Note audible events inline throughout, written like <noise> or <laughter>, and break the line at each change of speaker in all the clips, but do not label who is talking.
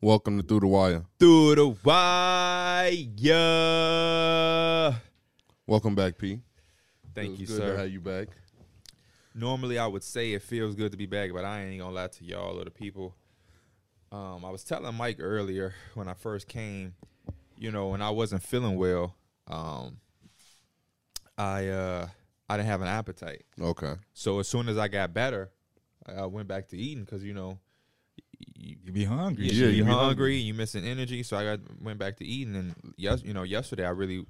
Welcome to Through the Wire.
Through the wire.
Welcome back, P.
Thank you,
Feels good To
sir.
have you back.
Normally, I would say it feels good to be back, but I ain't gonna lie to y'all or the people. Um, I was telling Mike earlier when I first came, you know, when I wasn't feeling well, um, I uh, I didn't have an appetite.
Okay.
So as soon as I got better, I I went back to eating because you know you,
You be hungry.
Yeah,
Yeah,
you
you be
hungry,
hungry.
you missing energy. So I got went back to eating, and yes, you know, yesterday I really,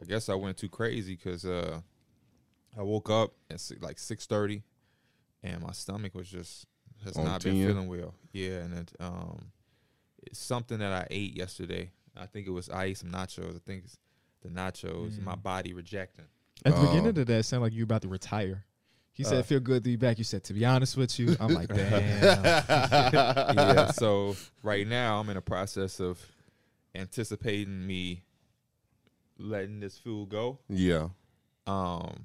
I guess I went too crazy because uh, I woke up at si- like six thirty, and my stomach was just has
On
not been
10.
feeling well. Yeah, and it, um, it's something that I ate yesterday. I think it was I ate some nachos. I think it's the nachos. and My body rejecting.
At the beginning
Oh.
of that, it sounded like you were about to retire. You
Uh.
said, feel good to be back. You said, to be honest with you, I'm <laughs> like, damn.
<laughs>
yeah. So right now I'm in a process of anticipating me letting this food go.
Yeah.
Um,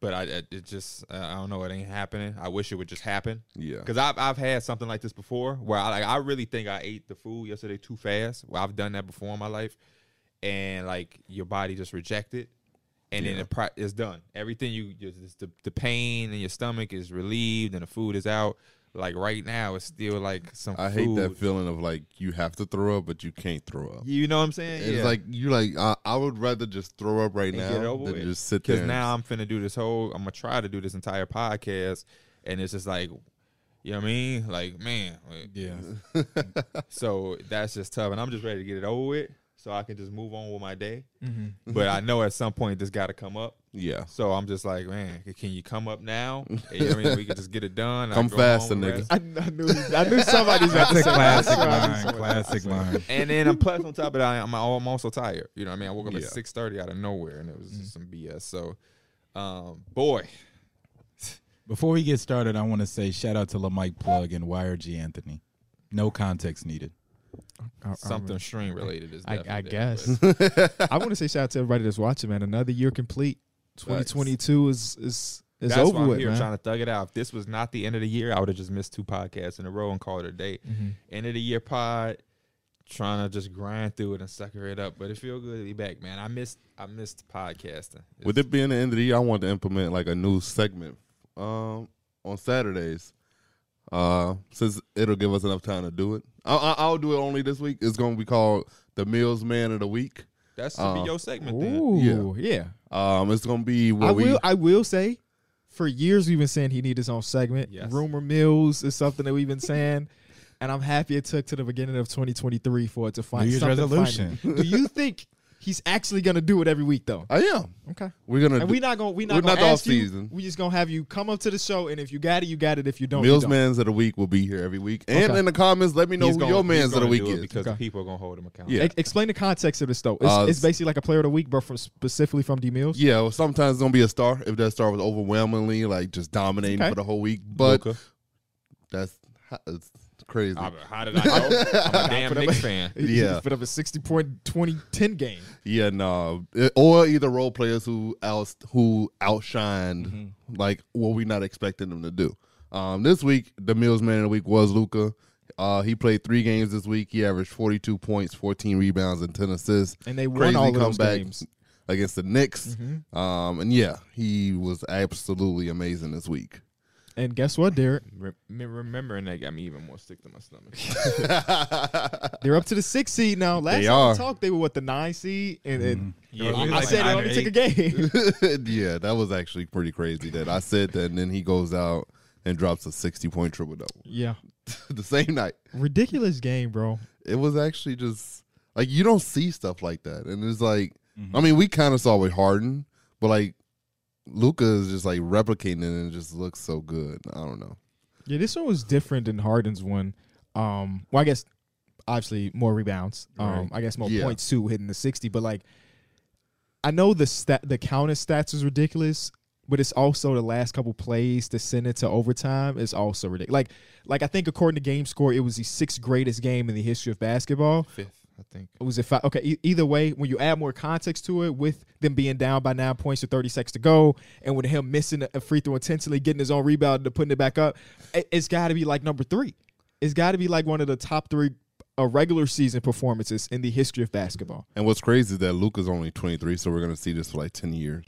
but I I- it just I I don't know. It ain't happening. I wish it would just happen
Yeah.
because I've I've had something like this before where I like I really think I ate the food yesterday too fast. Well, I've done that before in my life, and like your body just rejects it. And then
Yeah.
it pro- it's done. Everything you, you just, the, the pain in your stomach is relieved, and the food is out. Like right now, it's still like some.
I hate that
food.
feeling of like you have to throw up, but you can't throw up.
You know what I'm saying?
It's like you like I, I would rather just throw up right
And
now
get it over
than
with.
just sit there.
because
and-
now I'm finna do this whole. I'm gonna try to do this entire podcast, and it's just like, you know what I mean? Like, man, like-
<laughs>
Yeah.
<laughs> so that's just tough, and I'm just ready to get it over with, so I can just move on with my day.
Mhm.
Mm-hmm.
But I know at some point this got to come up,
yeah.
so I'm just like, man, can you come
<laughs>
up now? And, you know what I mean? We can just get it done. I
Come
go
faster,
home,
nigga.
rest.
I, I knew, <laughs> I knew somebody's about
That's
to say
a classic
that.
line. Classic line.
And then I'm plus on top of that, I'm, I'm also tired. You know what I mean? I woke up
Yeah. Mm-hmm.
at six thirty out of nowhere, and it was just some BS. So, um, boy,
Before we get started, I want to say shout out to LaMike Plug and Wire G Anthony. No context needed.
I- I-
something string related is.
I, I
definitely there,
guess. <laughs> I want to say shout out to everybody that's watching, man. Another year complete. 2022 is is
but
is
That's
over
why I'm
with,
here
man.
trying to thug it out. If this was not the end of the year, I would have just missed two podcasts in a row and called it a day.
Mhm.
End of the year pod, trying to just grind through it and sucker it up. But it feel good to be back, man. I missed I missed podcasting. It's-
With it being the end of the year, I want to implement like a new segment um, on Saturdays. Uh, since it'll give us enough time to do it, I, I, I'll do it only this week. It's going to be called the Meals Man of the Week.
that's should be
uh,
your segment then.
Ooh, yeah.
Um, it's going to be where
I
we
will. I will say, for years we've been saying he need his own segment.
Yes.
Rumor mills is something that we've been saying, <laughs> and I'm happy it took to the beginning of 2023 for it to find
New Year's
something
resolution.
finally. <laughs> Do you think he's actually gonna do it every
<laughs>
week though?
I am.
Okay.
We're gonna
And
do
we not gonna we
We're not
not gonna
the off
ask you.
season.
We just gonna have you come up to the show, and if you got it, you got it. If you don't, you
Mills
don't.
Mans of the Week will be here every week. And
Okay.
in the comments, let me know
He's
who
gonna-
your
he's
Mans of the
gonna
Week
do it
is.
because the
Okay.
people are gonna hold him accountable.
Yeah.
E- explain the context of this though. It's,
Uh,
it's basically like a player of the week, but from specifically from D Mills.
yeah, well, sometimes it's gonna be a star if that star was overwhelmingly like just dominating
Okay.
for the whole week. But
Luka.
that's it's crazy.
I- how did I know?
<laughs>
I'm a damn Knicks fan.
<laughs>
Yeah.
Put up a 60 point 20 10 game.
Yeah, no, It- or either role players who else who outshined
Mm-hmm.
like what we not expecting them to do. Um, this week the Mills man of the week was Luca. Uh, he played three games this week. He averaged forty two points, fourteen rebounds, and ten assists.
And they won
Crazy
all of those
comeback
games. Mm-hmm.
against the Knicks. Um, and yeah, he was absolutely amazing this week. <laughs>
And guess what, Derek?
Re- me- remembering that got me even more sick to
<laughs>
my stomach.
They're up to the six seed now. Last
They
time
are. Mm-hmm.
we talked, they were what the nine seed, and, and
Yeah,
I,
it was
I
like
said
nine
it
or
only
eight.
took
<laughs>
a game.
yeah, that was actually pretty crazy that I said that, and then he goes out and drops a sixty point triple double
yeah,
<laughs> the same night.
ridiculous game, bro.
it was actually just like you don't see stuff like that, and it's like I mean we kind of saw with Harden, but like Luca is just like replicating it and it just looks so good. I don't know.
Yeah, this one was different than Harden's one. Um, well, I guess obviously more rebounds. Um, I guess more
Yeah.
points too, hitting the sixty. But like, I know the stat, the counter stats is ridiculous, but it's also the last couple plays to send it to overtime is also ridiculous. Like, like I think according to Game Score, it was the sixth greatest game in the history of basketball.
Fifth, I think.
was it five? Okay, e- either way, when you add more context to it, with them being down by nine points to 30 seconds to go, and with him missing a free throw intentionally, getting his own rebound and putting it back up, it, has got to be like number three. It's got to be like one of the top three a regular season performances in the history of basketball.
And what's crazy is that Luca's only 23, so we're gonna see this for like 10 years,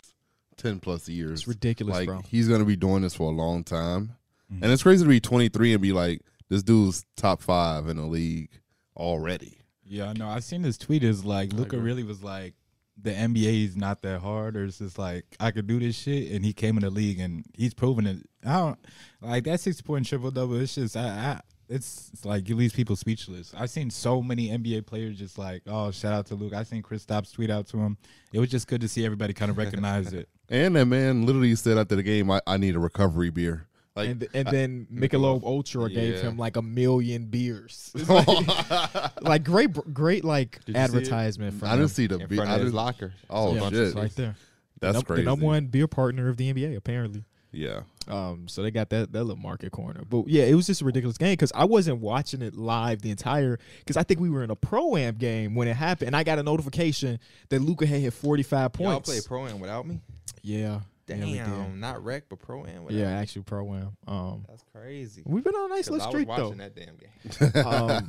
10 plus years.
It's ridiculous,
like
bro.
he's gonna be doing this for a long time, and it's crazy to be 23 and be like, this dude's top five in the league already.
Yeah, I know. I've seen his tweet is like Luca really was like the NBA is not that hard, or it's just like I could do this shit, and he came in the league and he's proven it. I don't like that six point triple double. It's just I, I it's, it's like it leaves people speechless. I've seen so many NBA players just like oh shout out to Luke. I seen Chris Stops tweet out to him. It was just good to see everybody kind of recognize it.
And that man literally said after the game, I, I need a recovery beer. Like,
and and then Michelob Ultra gave
Yeah.
him like a million
<laughs>
beers. <laughs> It's like, like, great, great like
Did you see it?
advertisement from
I didn't see the
in
beer.
front
I
of his
didn't,
locker.
oh
Yeah,
shit,
right there.
that's
Num-
crazy.
The number one beer partner of the NBA apparently.
Yeah,
Um, so they got that that little market corner. But yeah, it was just a ridiculous game because I wasn't watching it live the entire because I think we were in a pro am game when it happened, and I got a notification that Luca had hit forty five
Y'all
points.
play pro am without me?
yeah,
Damn,
yeah, we did.
not rec, but pro am.
yeah, actually pro am. Um,
that's crazy.
we've been on a nice
'Cause
little
I was
streak though.
watching that damn game.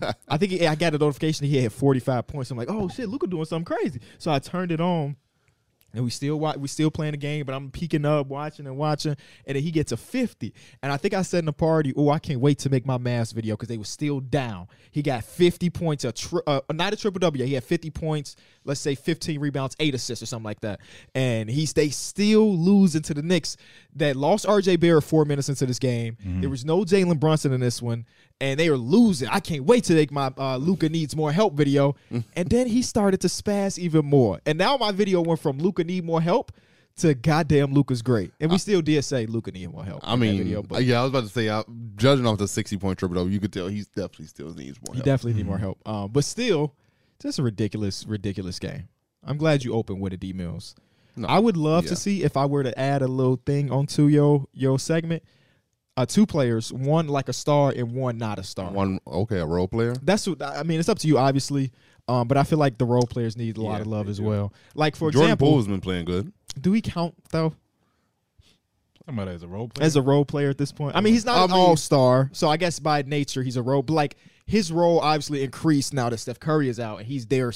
um, I think he, I got a notification he had 45 points. I'm like, oh shit, Luca doing something crazy. So I turned it on, and we still wa- we still playing the game, but I'm peeking up, watching and watching, and then he gets a 50. And I think I said in the party, oh, I can't wait to make my mass video because they were still down. He got 50 points, a tri- uh, not a triple W. He had 50 points, let's say 15 rebounds, eight assists or something like that. And he's they still losing to the Knicks that lost RJ Barrett four minutes into this game. There was no Jalen Brunson in this one, and they are losing. I can't wait to make my uh, Luca needs more help video.
Mm.
and then he started to spaz even more. And now my video went from Luca need more help to goddamn Luca's great. And we still did say Luca need more help.
I
in that
mean,
video, but
yeah, I was about to say, I, judging off the 60 point triple double, you could tell he's definitely still needs more.
he
help.
definitely need more help. Um, but still, just a ridiculous, ridiculous game. I'm glad you opened with a D Mills.
No,
I would love
yeah.
to see if I were to add a little thing onto your your segment. Uh, two players, one like a star and one not a star.
One okay, a role player.
That's what I mean. It's up to you, obviously. Um, but I feel like the role players need a lot
Yeah,
of love
they
as
do.
well. Like for
Jordan
example,
Poole's been playing good.
do we count though
Somebody as a role player.
as a role player at this point? I mean, he's not
I
an
mean-
all star, so I guess by nature he's a role. But like his role obviously increased now that Steph Curry is out and he's there.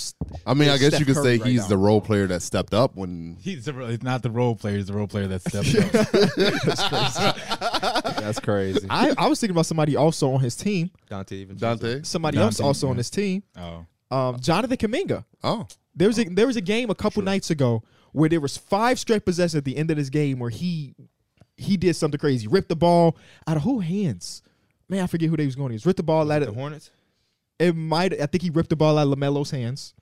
I mean, I
There's
guess
Steph
you could
Curry
say
right
he's
now.
the role player that stepped up when
He's a, it's not the role player. He's the role player that stepped up.
That's crazy.
I, I was thinking about somebody also on his team,
<laughs> Dante even
Dante.
somebody
Dante,
else also on
yeah.
his team,
Oh,
um, Jonathan Kaminga.
Oh,
There was a, there was a game a couple nights ago where there was five straight possessions at the end of this game where he he did something crazy, ripped the ball out of who hands? Man, I forget who they was going against. Ripped the ball out
The
of
Hornets.
it might. I think he ripped the ball out of Lamelo's hands.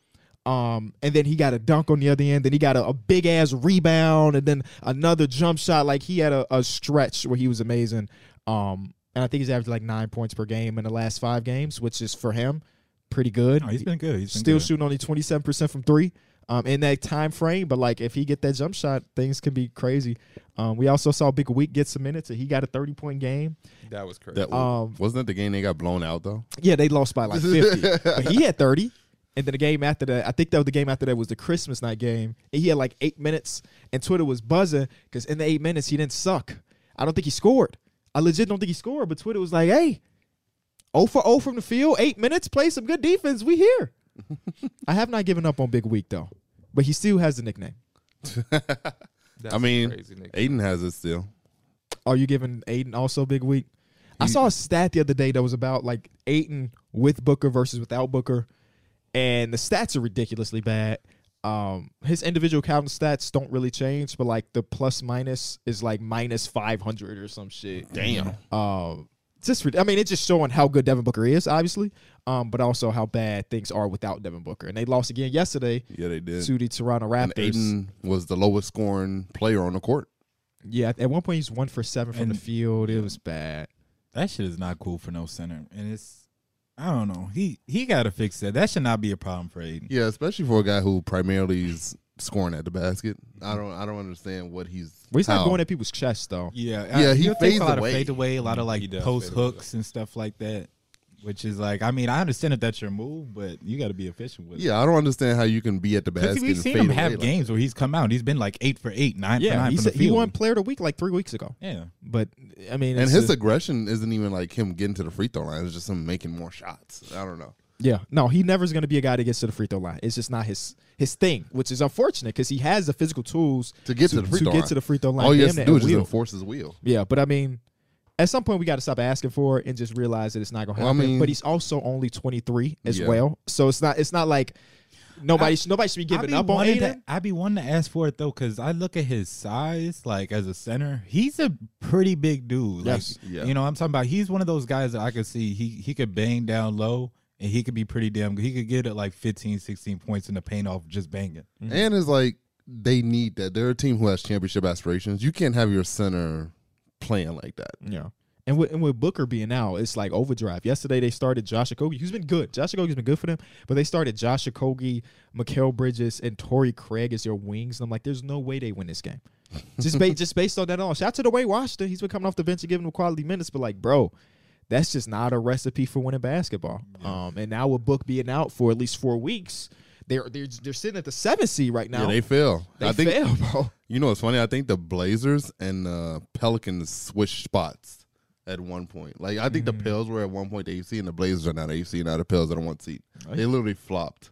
Um, and then he got a dunk on the other end. Then he got a, a big ass rebound, and then another jump shot. Like he had a, a stretch where he was amazing. Um, and I think he's averaged like nine points per game in the last five games, which is for him pretty good.
no, Oh, he's been good. He's been
still
good.
shooting only 27% from three um, in that time frame. But like if he get that jump shot, things can be crazy. Um, we also saw Big Week get some minutes and he got a 30 point game.
That was crazy.
that
Um,
wasn't that the game they got blown out though.
Yeah, they lost by like 50. but he had 30. And then the game after that, I think that was the game after that was the Christmas night game. And he had like eight minutes, and Twitter was buzzing because in the eight minutes he didn't suck. I don't think he scored. I legit don't think he scored, but Twitter was like, "Hey, 0 for 0 from the field, eight minutes, play some good defense. We here." <laughs> I have not given up on Big Week though, but he still has the nickname.
That's
I mean, eh,
crazy, Nick.
Aiden has it still.
Are you giving Aiden also Big Week? I saw a stat the other day that was about like Aiden with Booker versus without Booker, and the stats are ridiculously bad. Um, his individual counting stats don't really change, but like the plus minus is like minus five hundred or some shit.
Damn.
Um, just rid- I mean, it's just showing how good Devin Booker is, obviously, um, but also how bad things are without Devin Booker. And they lost again yesterday
Yeah, they did.
to the Toronto
And
Raptors.
Aiden was the lowest scoring player on the court.
yeah, at one point he's one for seven from
And-
the field. It was bad.
That shit is not cool for no center, and it's I don't know. He he got to fix that. That should not be a problem for Aiden.
Yeah, especially for a guy who primarily is scoring at the basket. I don't. I don't understand what he's.
Well, he's
how.
not going at people's chests though.
Yeah,
Yeah, he
he'll take
fades
a lot
away.
of fade away, a lot of
He
like
does
post
fade away.
hooks and stuff like that, which is like I mean I understand if that's your move, but you got to be efficient with it.
Yeah, I don't understand how you can be at the
Because
basket.
we've
and
seen
fade
him
away
have
like-
games where he's come out, and he's been like eight for eight, nine for nine
he,
from
said
the field.
he won player of the week like three weeks ago.
yeah,
But I mean,
And
it's
his
a-
aggression isn't even like him getting to the free throw line. It's just him making more shots. I don't know.
Yeah, no, he never's going to be a guy that gets to the free throw line. It's just not his his thing, which is unfortunate because he has the physical tools
To get to the free
to
throw
get
line.
to the free throw line.
All you
damn
have to
that
do is just
wheel.
enforce his will.
Yeah, but I mean, at some point we got to stop asking for it and just realize that it's not going to
Well, I
happen.
mean-
but he's also only 23 as
Yeah.
well, so it's not it's not like nobody sh- nobody should be
I
giving
be
up on
wanting
Aiden.
To, I be wanting to ask for it though, because I look at his size, like as a center, he's a pretty big dude.
Yes.
Like,
Yeah.
You know, I'm talking about. He's one of those guys that I could see. He he could bang down low, and he could be pretty damn. good. He could get it like 15, 16 points in the paint off just banging.
Mm-hmm.
And it's like they need that. They're a team who has championship aspirations. You can't have your center playing like that.
Yeah. And with, and with Booker being out, it's like overdrive. Yesterday they started Josh Okogie, who's been good. Josh Okogie's been good for them, but they started Josh Okogie, Mikael Bridges, and Torrey Craig as their wings. And I'm like, there's no way they win
<laughs>
this game. Just ba- just based on that alone. Shout out to the way Washington. He's been coming off the bench and giving them quality minutes, but like, bro, that's just not a recipe for winning basketball. Um, and now with Book being out for at least four weeks, they're they're they're sitting at the seventh seed right now.
Yeah, they fail.
They
I think
fail, <laughs> bro.
you know what's funny. I think the Blazers and uh, Pelicans switched spots at one point. Like I think
Mm.
the Pels were at one point the AFC and the Blazers are now the AFC and now the Pels are the one seat. They literally flopped.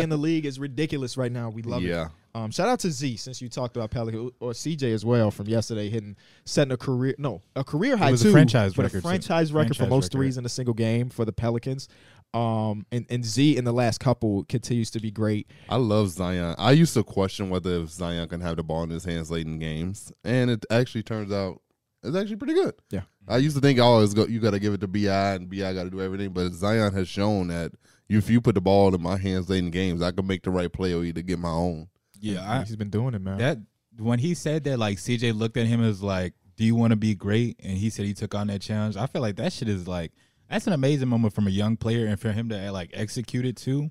<laughs>
in the league is ridiculous right now. We love
Yeah.
it. Um, shout out to Z since you talked about Pelican or CJ as well from yesterday hitting setting a career no a career high
was a
too,
franchise
but
record,
a
too.
franchise record for
Franchise
most
record.
threes in a single game for the Pelicans. Um, and, and Z in the last couple continues to be great.
I love Zion. I used to question whether if Zion can have the ball in his hands late in games, and it actually turns out it's actually pretty good.
Yeah.
I used to think always go you got to give it to Bi and Bi got to do everything, but Zion has shown that if you put the ball in my hands late in games, I can make the right play or either get my own.
Yeah,
he's been doing it, man.
that when he said that, like CJ looked at him as like, "Do you want to be great?" And he said he took on that challenge. I feel like that shit is like that's an amazing moment from a young player, and for him to eh, like execute it too,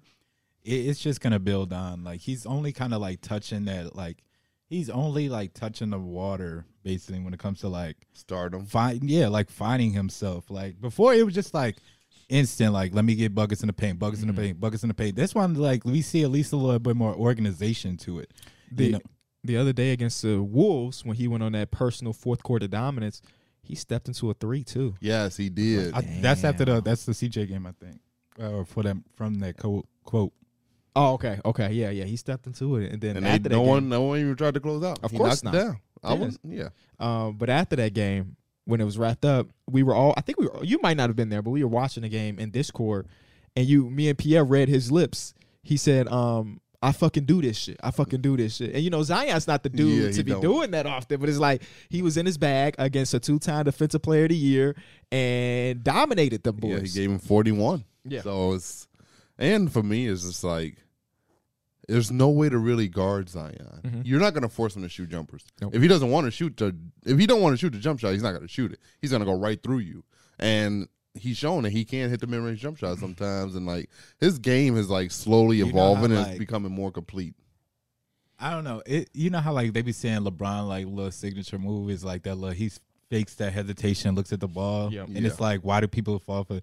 it, it's just gonna build on. Like he's only kind of like touching that, like he's only like touching the water basically when it comes to like
Stardom.
find yeah like finding himself like before it was just like instant like let me get buckets in the paint buckets in the paint buckets in the paint this one like we see at least a little bit more organization to it
the
you know?
the other day against the Wolves when he went on that personal fourth quarter dominance, he stepped into a three too.
Yes, he did.
I, that's after the that's the CJ game I think uh, or for them from that quote quote
Oh, okay, okay, yeah, yeah, he stepped into it, and then
and
after
they,
that
no
game-
one, no one even tried to close out.
Of
He
course
knocked
not.
it down. I
Yeah.
was, yeah.
Um, but after that game, when it was wrapped up, we were all I think we were you might not have been there, but we were watching the game in Discord and you me and Pierre read his lips. He said, um, I fucking do this shit. I fucking do this shit. And you know, Zion's not the dude
Yeah, he
to be
don't.
doing that often, but it's like he was in his bag against a two time defensive player of the year and dominated the boys.
Yeah, he gave him 41.
Yeah.
So it's, and for me, it's just like, there's no way to really guard Zion.
Mm-hmm.
You're not going to force him to shoot jumpers.
Nope.
If he doesn't want to shoot the, if he don't want to shoot the jump shot, he's not going to shoot it. He's going to go right through you. And he's shown that he can hit the mid range jump shot sometimes. And like his game is like slowly
You know
evolving and
how,
it's
like-
becoming more complete.
I don't know it you know how like they be saying LeBron like little signature move is like that little he fakes that hesitation looks at the ball
Yep.
and it's like why do people fall for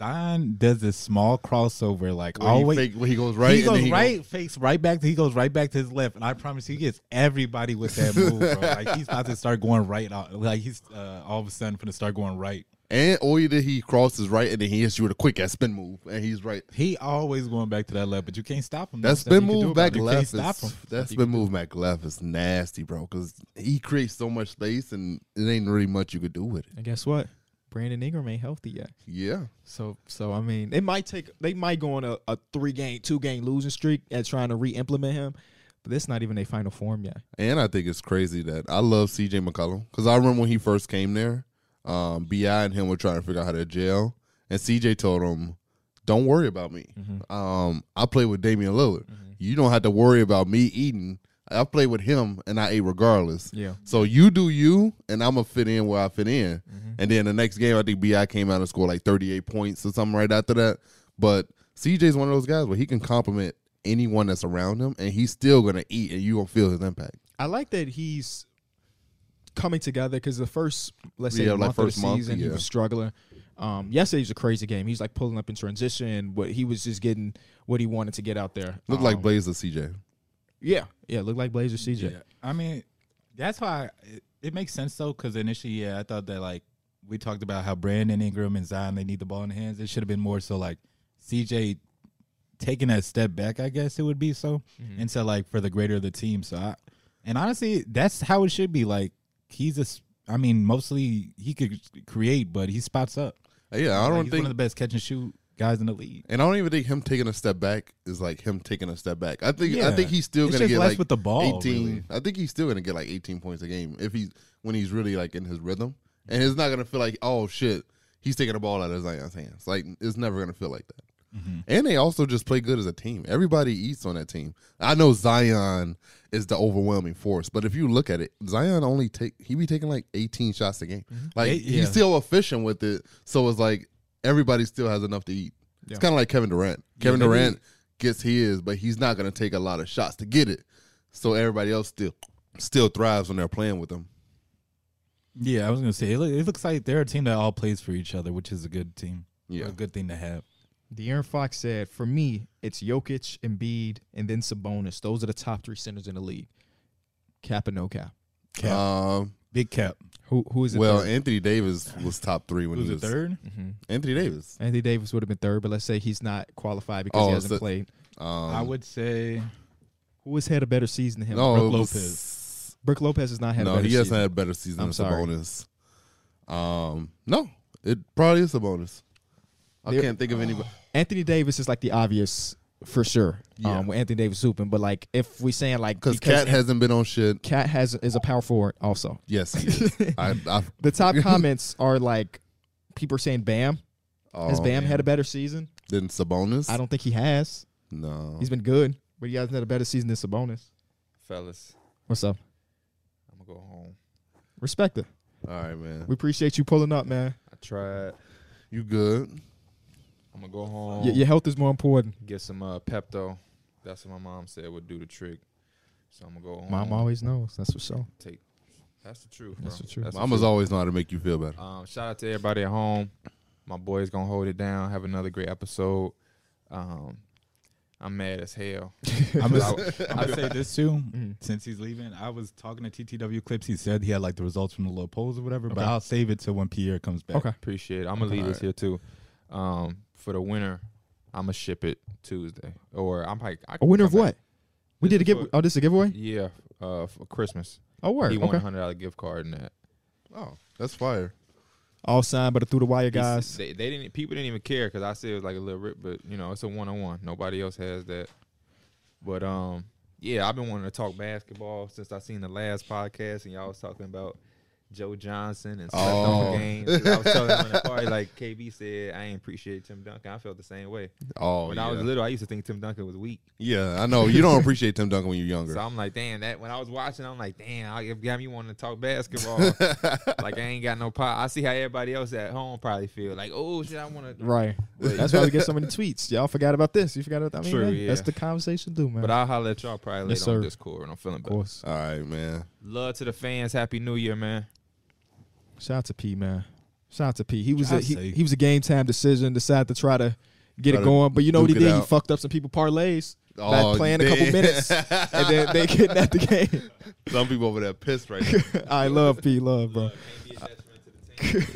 Zion does this small crossover like
Where
always
he, fake, where he goes right.
he
and then
goes
he go-
right, fakes right back. To, he goes right back to his left, and I promise you, he gets everybody with that move. Bro. Like he's about to start going right. out- Like he's uh, all of a sudden going to start going right.
and or either he crosses right and then he hits you with a quick ass spin move and he's right.
He always going back to that left, but you can't stop him.
That
There's
spin
nothing you can do
move
about
back
it. You
left
can't stop
is
him.
that spin move back left is nasty, bro. Because he creates so much space and it ain't really much you could do with it.
And guess what? Brandon Ingram ain't healthy yet.
Yeah,
So so I mean it might take they might go on a, a three game, two game losing streak at trying to re implement him, but that's not even their final form yet.
and I think it's crazy that I love C.J. McCollum because I remember when he first came there, um, Bi and him were trying to figure out how to jail, and C.J. told him, "Don't worry about me.
Mm-hmm.
Um, I play with Damian Lillard. You don't have to worry about me eating. I play with him, and I ate regardless.
Yeah.
So you do you, and I'm gonna fit in where I fit in.
Mm-hmm.
And then the next game, I think Bi came out and scored like 38 points or something right after that. But CJ's one of those guys where he can compliment anyone that's around him, and he's still gonna eat, and you gonna feel his impact.
I like that he's coming together because the first, let's say,
Yeah,
month
like
of
first
the
month,
season, he
yeah.
was struggling. Um, yesterday was a crazy game. He was like pulling up in transition, but he was just getting what he wanted to get out there.
Look
Um,
Oh.
like Blazer CJ.
yeah, yeah, looked like Blazer CJ.
Yeah. I mean, that's why it, it makes sense though, because initially, yeah, I thought that like we talked about how Brandon Ingram and Zion they need the ball in their hands. It should have been more so like CJ taking a step back, I guess it would be so,
Mhm.
and so like for the greater of the team. So, I, and honestly, that's how it should be. Like he's a, s- I mean, mostly he could create, but he spots up.
Yeah, I
Like,
don't
he's
think
one of the best catch and shoot guys in the league.
And I don't even think him taking a step back is like him taking a step back. I think I
Yeah.
think he's still
It's
gonna
just
get
less
like
with the ball,
eighteen.
really.
I think he's still gonna get like eighteen points a game if he's when he's really like in his rhythm, and it's not gonna feel like oh shit he's taking the ball out of Zion's hands. Like it's never gonna feel like that. And they also just play good as a team. Everybody eats on that team. I know Zion is the overwhelming force, but if you look at it, Zion only take he be taking like eighteen shots a game. Like
Mm-hmm. Eight-
he's
yeah.
still efficient with it, so it's like everybody still has enough to eat.
Yeah.
It's kind of like Kevin Durant. Kevin
maybe-
Durant gets his, but he's not going to take a lot of shots to get it. So everybody else still still thrives when they're playing with him.
Yeah, I was gonna say it, look, it looks like they're a team that all plays for each other, which is a good team.
Yeah.
a good thing to have.
De'Aaron Fox said, "For me, it's Jokic, Embiid, and then Sabonis. Those are the top three centers in the league. Cap and no cap.
Cap,
Um,
Uh, big cap.
Who who is it?
well, Anthony Davis was top three when
Who's
he
the
was
third?
mm-hmm.
Anthony Davis.
Anthony Davis would have been third, but let's say he's not qualified because
Oh,
he hasn't
so-
played.
Um,
I
<laughs>
would say
Who has had a better season than him?
no
Brook
it was-
Lopez.
Brooke Lopez has not had. a
No,
better
he hasn't
season.
had a better season
I'm
than
sorry.
Sabonis. Um, no, it probably is Sabonis. I
There-
can't think of
<sighs>
anybody.
Anthony Davis is like the obvious for sure.
Yeah.
Um, with Anthony Davis hooping, but like if we saying like
Because Cat hasn't been on shit.
Cat has is a power forward also.
<laughs> Yes, he
<laughs>
is. I, I,
The
<laughs>
top comments are like people are saying Bam has
oh, man.
Bam had a better season.
Then Sabonis?
I don't think he has.
No.
He's been good, but he hasn't had a better season than Sabonis.
fellas.
What's up?
I'm gonna go home.
Respect it.
All right, man.
We appreciate you pulling up, man.
I tried.
You good?
I'm gonna go
Oh.
home.
Your, your health is more important.
Get some uh, Pepto. That's what my mom said would do the trick. So I'm gonna go home.
Mom always knows. That's for sure.
take. That's the truth.
That's
bro.
the truth.
Mama's always know how to make you feel better.
Um, shout out to everybody at home. My boy's gonna hold it down. Have another great episode. Um, I'm mad as hell.
<laughs>
I'm
I-
gonna,
<laughs>
I'm gonna say this too.
Mm-hmm.
Mhm.
Since he's leaving, I was talking to TTW clips. He said he had like the results from the little polls or whatever, but
Okay.
I'll save it till when Pierre comes back.
Okay.
Appreciate it. I'm gonna leave this here too. Um, for the winner, I'm gonna ship it Tuesday, or I'm like I
A
can
winner of
come back.
what? We
This
did a
is
give.
what-
Oh, this is a giveaway.
Yeah, uh, for Christmas.
Oh, word.
He won a
Okay.
hundred dollar gift card and that.
Oh, that's fire.
All signed, but through the wire,
He s-
guys.
they, they didn't. People didn't even care because I said it was like a little rip, but you know it's a one on one. Nobody else has that. But um, yeah, I've been wanting to talk basketball since I seen the last podcast, and y'all was talking about Joe Johnson and slept on
Oh.
games. 'Cause I was telling him
<laughs>
in the party, like KB said, I ain't appreciate Tim Duncan. I felt the same way
Oh,
when
yeah.
I was little. I used to think Tim Duncan was weak,
yeah, I know. You
<laughs>
don't appreciate Tim Duncan when you're younger.
so I'm like, damn. That when I was watching, I'm like, damn. I, it got me wanting to talk
<laughs>
basketball. like I ain't got no pot. I see how everybody else at home probably feel like, oh shit, I want to.
Right. That's why we get
<laughs>
so many tweets. Y'all forgot about this. You forgot about. I mean,
True,
hey,
yeah.
that's the conversation, too, man.
But I'll holler at y'all probably later
Yes,
on
sir.
Discord when I'm feeling
of
better.
course.
All right, man.
Love to the fans. Happy New Year, man.
Shout out to P, man. Shout out to P. He was a,
I'd
he,
say-
he was a game time decision. Decided to try to get
Try
it
to
going, but you know what he
duke it
did? He
out.
fucked up some people parlays by
Oh,
playing a couple
damn.
minutes, and then
<laughs>
they kidnapped the game.
<laughs>
<laughs>
Some people over there pissed right now.
I love P. Love, bro. <laughs>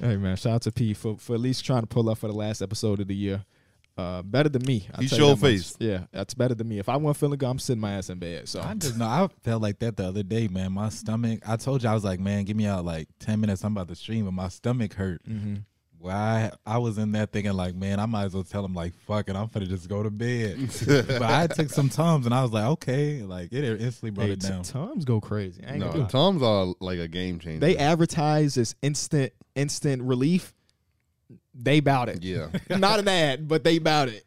Hey, man. Shout out to P for, for at least trying to pull up for the last episode of the year. Uh, better than me. I'll
He
tell you
showed
that much.
face.
Yeah, that's better than me. If I want feeling good, I'm sitting my ass in bed. So
I just know I felt like that the other day, man. My stomach. I told you I was like, man, give me out like ten minutes. I'm about to stream, but my stomach hurt.
Mhm.
Well, I, I was in there thinking like, man, I might as well tell him like, fuck it, I'm finna just go to bed. but I took some tums and I was like, okay, like it instantly brought
Hey,
it down.
t- Tums go crazy. I ain't gonna
no,
lie.
Tom's are like a game changer.
They advertise as instant instant relief. They bout it.
yeah.
<laughs> Not an ad, but they bout it.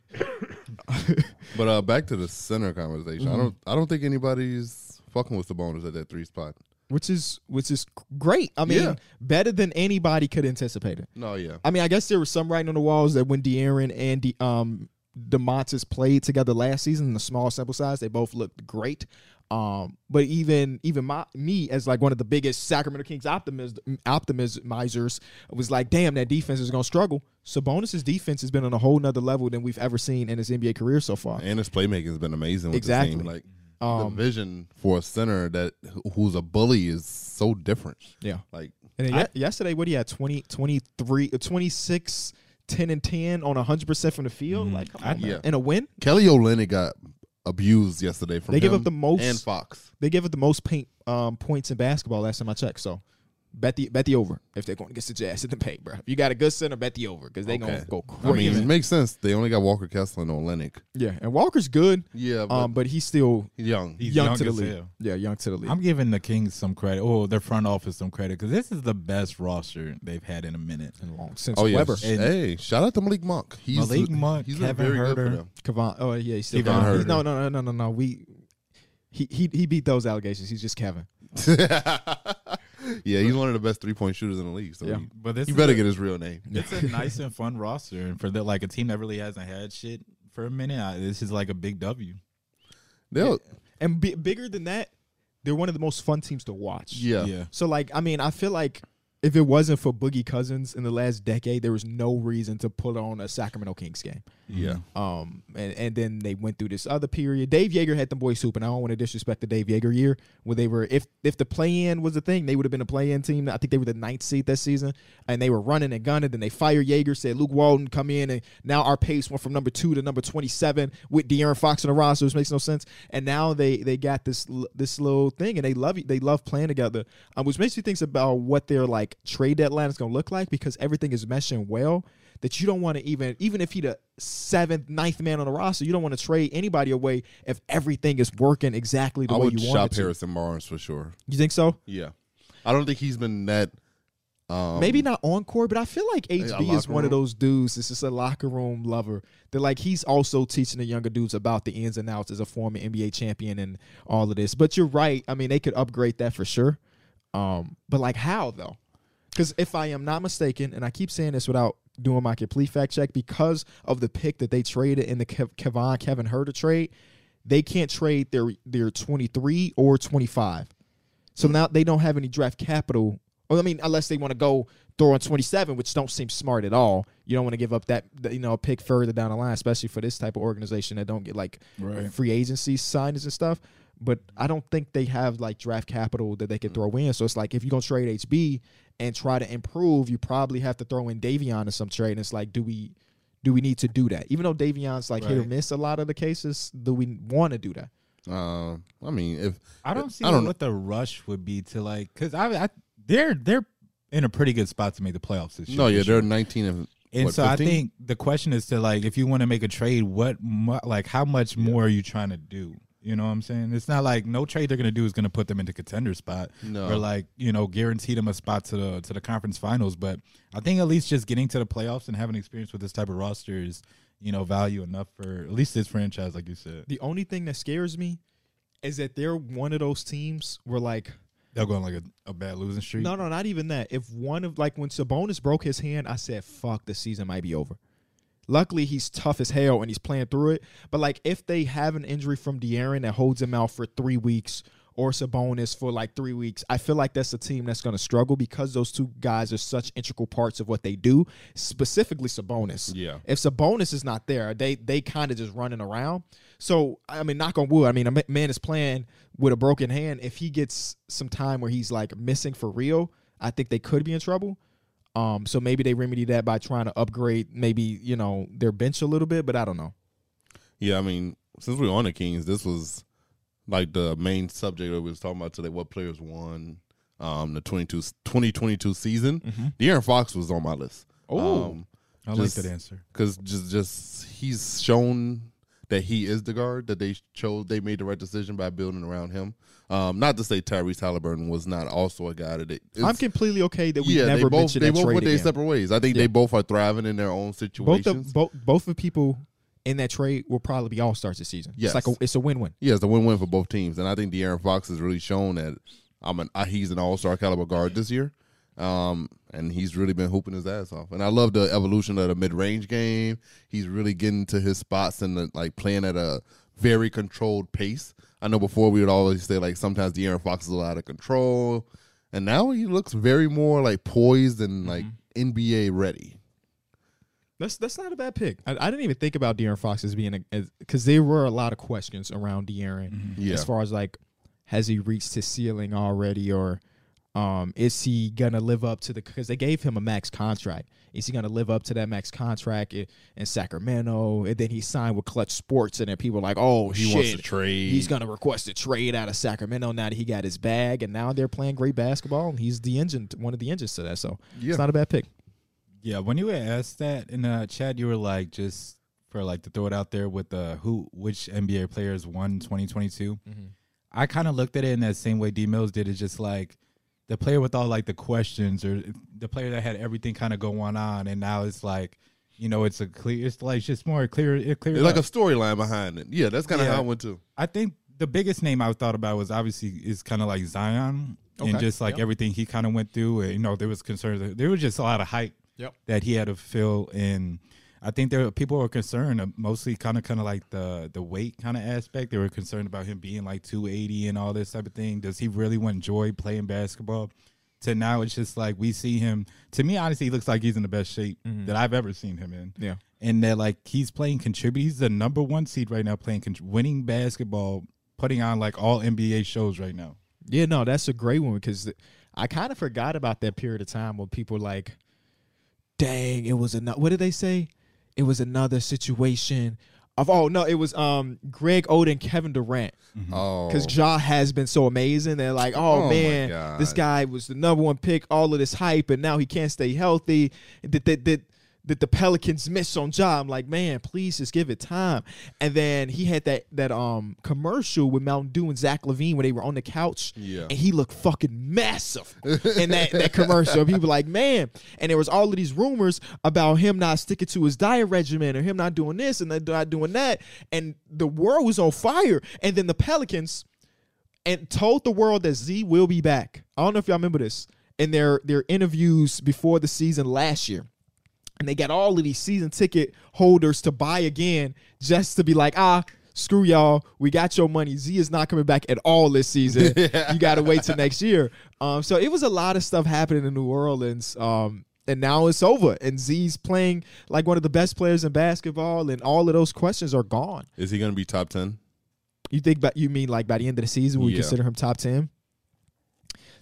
But uh, back to the center conversation.
Mm-hmm.
I don't. I don't think anybody's fucking with Sabonis at that three spot.
Which is which is great. I mean,
Yeah.
better than anybody could anticipate it.
No, yeah.
I mean, I guess there was some writing on the walls that when De'Aaron and De, um DeMontis played together last season in the small sample size, they both looked great. Um, but even even my me as like one of the biggest Sacramento Kings optimist optimizers was like, damn, that defense is gonna struggle. Sabonis's defense has been on a whole nother level than we've ever seen in his NBA career so far.
And his playmaking has been amazing. With
Exactly.
The team. Like the
Um,
vision for a center that who's a bully is so different.
yeah.
Like
And then
I-
ye- yesterday, what he had 20, 23, uh, 26, 10 and 10 on 100% from the field.
Mhm.
Like, come on,
I-
man.
Mm-hmm. yeah.
And a win?
Kelly Olynyk got abused yesterday from
They give
him
up the most-
and Fox.
They give it the most paint um, points in basketball last time I checked. So bet the bet the over if they're going against the Jazz at the paint, bro. If you got a good center, bet the over because they going
Okay.
to go
I
crazy.
mean, it makes sense. They only got Walker Kessler and Olynyk.
yeah. And Walker's good,
Yeah, but
um, but he's still
he's young.
He's
young,
young
to the
as
league.
hell.
Yeah, young to the league.
I'm giving the Kings some credit, or their front office some credit, because this is the best roster they've had in a minute.
Long since
oh yeah.
Weber.
And-
Hey, shout out to Malik Monk. He's
Malik Monk,
He's
Kevin
very good for
Huerter.
them.
Kevon. Oh yeah, he's still
Kevon
Kevon. He's,
Herter.
no, no, no, no, no, no. We he he he beat those allegations. He's just Kevin.
<laughs> yeah, he's one of the best three point shooters in the league. So
Yeah.
he-
But this
you
is
better
a-
get his real name.
It's a
<laughs>
nice and fun roster, and for the, like a team that really hasn't had shit for a minute, I, this is like a big W.
They'll,
And bi- bigger than that, they're one of the most fun teams to watch.
yeah.
So like, I mean, I feel like if it wasn't for Boogie Cousins in the last decade, there was no reason to put on a Sacramento Kings game.
Yeah.
Um, and, and then they went through this other period. Dave Yeager had them boys hooping. I don't want to disrespect the Dave Yeager year where they were if if the play in was a thing, they would have been a play in team. I think they were the ninth seed that season, and they were running and gunning. Then they fired Yeager, said Luke Walton come in, and now our pace went from number two to number twenty seven with De'Aaron Fox on the roster, which makes no sense. And now they they got this l- this little thing, and they love it. They love playing together, um, which makes you think about what their like trade deadline is going to look like because everything is meshing well that you don't want to even even if he the seventh ninth man on the roster you don't want to trade anybody away if everything is working exactly the
I
way
would
you
shop
want it to.
Harrison Barnes for sure.
you think so
Yeah. I don't think he's been that. Um,
maybe not encore but i feel like
a
hb is
locker
one of
room.
those dudes that's just a locker room lover that like he's also teaching the younger dudes about the ins and outs as a former nba champion and all of this but you're right i mean they could upgrade that for sure um but like how though Because if I am not mistaken, and I keep saying this without doing my complete fact check, because of the pick that they traded in the Kev- Kevon Kevin Herter trade, they can't trade their their 23 or 25. So now they don't have any draft capital. Well, I mean, unless they want to go throw on 27, which don't seem smart at all. You don't want to give up that that, you know a pick further down the line, especially for this type of organization that don't get like
Right.
free agency signings and stuff. But I don't think they have like draft capital that they
Mm.
can throw in. So it's like if you're gonna trade HB and try to improve, you probably have to throw in Davion in some trade. And it's like, do we do we need to do that? Even though Davion's like hit or
Right.
miss a lot of the cases, do we want to do that?
Uh, I mean, if
I don't see
I don't know.
what the rush would be to like, because I, I they're they're in a pretty good spot to make the playoffs this year.
no, yeah,
for
they're nineteen and
And
what,
so I
15?
think the question is to like, if you want to make a trade, what mu- like how much more are you trying to do? You know what I'm saying? It's not like no trade they're gonna do is gonna put them into contender spot
No.
or like you know guarantee them a spot to the to the conference finals. But I think at least just getting to the playoffs and having experience with this type of roster is you know value enough for at least this franchise, like you said.
The only thing that scares me is that they're one of those teams where like
They'll go on like a, a bad losing streak.
no no not even that. If one of like when Sabonis broke his hand, I said fuck the season might be over. Luckily he's tough as hell and he's playing through it. But like if they have an injury from De'Aaron that holds him out for three weeks or Sabonis for like three weeks, I feel like that's a team that's gonna struggle because those two guys are such integral parts of what they do, specifically Sabonis.
Yeah.
If Sabonis is not there, they they kind of just running around. So I mean, knock on wood. I mean, a ma- man is playing with a broken hand. If he gets some time where he's like missing for real, I think they could be in trouble. Um, so maybe they remedy that by trying to upgrade maybe you know their bench a little bit, but I don't know.
Yeah, I mean, since we we're on the Kings, this was like the main subject that we was talking about today. What players won um the 22, 2022 season?
Mm-hmm.
De'Aaron Fox was on my list. Um,
Oh.
I like
Just-
that answer.
because just just he's shown that he is the guard that they chose. They made the right decision by building around him. Um, not to say Tyrese Halliburton was not also a guy that they, it's-
I'm completely okay that we
yeah,
never
they both
mentioned
they
that
both
trade
went their
again.
separate ways. I think they both are thriving in their own
Both
situations.
the both both the people in that trade will probably be all stars this season.
Yes.
It's like a, it's a win win.
yeah, it's a win-win for both teams, and I think De'Aaron Fox has really shown that I'm an uh, he's an all-star caliber guard this year, um, and he's really been hooping his ass off. And I love the evolution of the mid-range game. He's really getting to his spots and the, like playing at a very controlled pace. I know before we would always say like sometimes De'Aaron Fox is a lot out of control, and now he looks very more like poised and like NBA ready.
That's that's not a bad pick. I, I didn't even think about De'Aaron Fox as being a because there were a lot of questions around De'Aaron
Yeah.
as far as like has he reached his ceiling already or um is he gonna live up to the because they gave him a max contract is he gonna live up to that max contract in, in Sacramento and then he signed with Clutch Sports and then people were like oh
He
shit
wants to trade.
he's gonna request a trade out of Sacramento now that he got his bag and now they're playing great basketball and he's the engine one of the engines to that so
Yeah.
it's not a bad pick
Yeah, when you were asked that in the chat, you were like just for like to throw it out there with uh who which NBA players won 2022. I kind of looked at it in that same way D Mills did. It's just like the player with all like the questions or the player that had everything kind of going on, and now it's like you know it's a clear. It's like just more clear. It clear.
There's like a storyline behind it. Yeah, that's kind of
Yeah.
how I went to.
I think the biggest name I thought about was obviously is kind of like Zion and
Okay.
just like
Yep.
everything he kind of went through. And, you know, there was concerns. There was just a lot of hype
Yep.
that he had to fill. And I think there were, people were concerned, uh, mostly kind of kind of like the the weight kind of aspect. They were concerned about him being like 280 and all this type of thing. Does he really want joy playing basketball? To now, it's just like we see him. To me, honestly, he looks like he's in the best shape
Mm-hmm.
that I've ever seen him in
yeah
and that like he's playing contribute. He's the number one seed right now, playing contr- winning basketball, putting on like all NBA shows right now.
Yeah, no, that's a great one because I kind of forgot about that period of time when people like, dang, it was another. What did they say? It was another situation of oh no, it was um Greg Oden, Kevin Durant,
Oh,
because Ja has been so amazing. They're like,
Oh,
oh,
my
man,
God.
this guy was the number one pick, all of this hype, and now he can't stay healthy. Did did did, did the Pelicans miss on Ja? I'm like, man, please just give it time. And then he had that that um commercial with Mountain Dew and Zach Levine where they were on the couch,
Yeah.
and he looked fucking massive in that that commercial. People like, man, and there was all of these rumors about him not sticking to his diet regimen or him not doing this and then not doing that, and the world was on fire. And then the Pelicans and told the world that Z will be back. I don't know if y'all remember this in their their interviews before the season last year. And they got all of these season ticket holders to buy again just to be like, ah, screw y'all. We got your money. Z is not coming back at all this season. You got to wait till next year. Um, so it was a lot of stuff happening in New Orleans. Um, and now it's over. And Z's playing like one of the best players in basketball. And all of those questions are gone.
is he gonna be top ten?
You think but you mean like by the end of the season we
Yeah.
consider him top ten?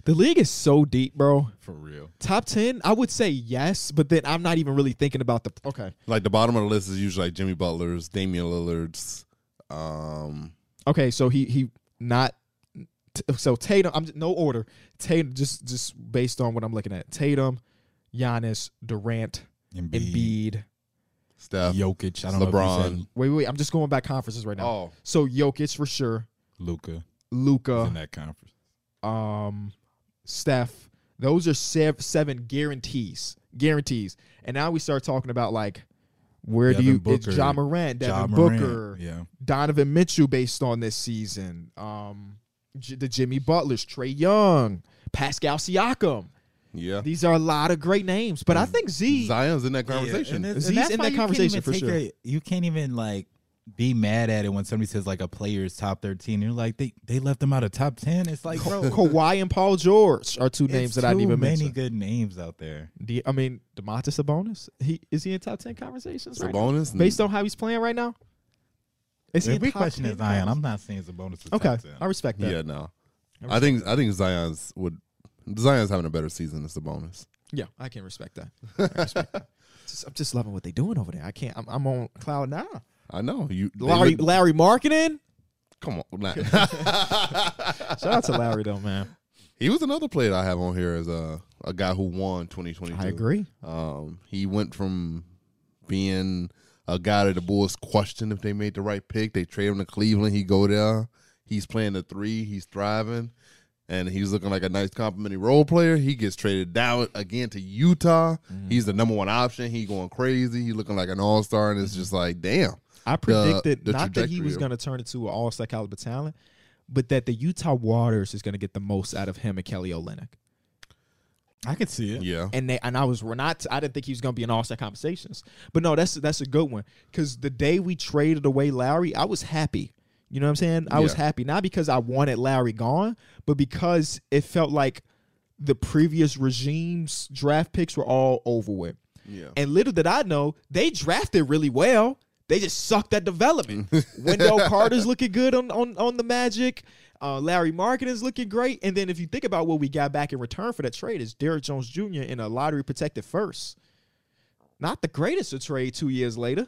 The league is so deep, bro.
For real,
Top ten, I would say yes, but then I'm not even really thinking about the okay,
Like the bottom of the list is usually like Jimmy Butler's, Damian Lillard's. Um,
okay. So he he not t- so Tatum. I'm no order. Tatum just just based on what I'm looking at. Tatum, Giannis, Durant,
Embiid,
Embiid.
Steph.
Jokic. I don't know if you
LeBron.
said
Wait, wait, I'm just going by conferences right now.
Oh,
So Jokic for sure,
Luca
Luca,
in that conference.
um, Steph. Those are sev- seven guarantees, guarantees. And now we start talking about like, where do
Devin
you? It's
Booker,
John Moran, Devin
Ja Morant,
Booker,
yeah,
Donovan Mitchell, based on this season. Um, J- the Jimmy Butlers, Trey Young, Pascal Siakam.
yeah.
These are a lot of great names, but I think Z.
Zion's in that conversation.
Yeah, and
He's
it's- and that's
in
why
that
you can't
conversation
even
for
take
sure.
a- you can't even like be mad at it when somebody says like a player's top 13. You're like they they left him out of top 10. It's like
<laughs>
bro,
Kawhi and Paul George are two
it's
names that I didn't
too
even
many
mention.
good names out there.
The- I mean, Demontis Sabonis. He is he in top ten conversations? right now?
Sabonis.
based on how he's playing right now? Is
If
in
we
top
question
10?
is Zion, I'm not saying it's a bonus. to
okay.
top 10.
I respect that.
yeah, no. I think I think Zion's would. Zion's having a better season than Sabonis.
Yeah, I can respect that. I respect that. Just, I'm just loving what they're doing over there. I can't. I'm, I'm on cloud nine.
I know you. they
Larry,
look-
Larry marketing.
come on. nah.
<laughs>
<laughs>
Shout out to Larry though, <laughs> man.
he was another player that I have on here as a a guy who won 2022. Um, he went from being a guy that the Bulls questioned if they made the right pick. They trade him to Cleveland. He go there. He's playing the three. He's thriving, and he's looking like a nice complimentary role player. He gets traded down again to Utah.
Mm-hmm.
He's the number one option. He going crazy. He looking like an all star, and it's just like, damn.
I predicted
the
not that he
trajectory
was
of-
going to turn into an all-star caliber talent, but that the Utah Waters is going to get the most out of him and Kelly Olynyk.
I could see it.
Yeah,
and they and I was we're not I didn't think he was gonna be in all star conversations. But no, that's that's a good one because the day we traded away Lowry, I was happy. You know what I'm saying? I was
Yeah.
happy not because I wanted Lowry gone, but because it felt like the previous regime's draft picks were all over with.
Yeah.
And little did I know, they drafted really well. They just sucked
<laughs>
at development. Wendell Carter's looking good on on, on the Magic. Uh, Larry Market is looking great. And then if you think about what we got back in return for that trade is Derrick Jones Jr. in a lottery protected first. Not the greatest of trade two years later.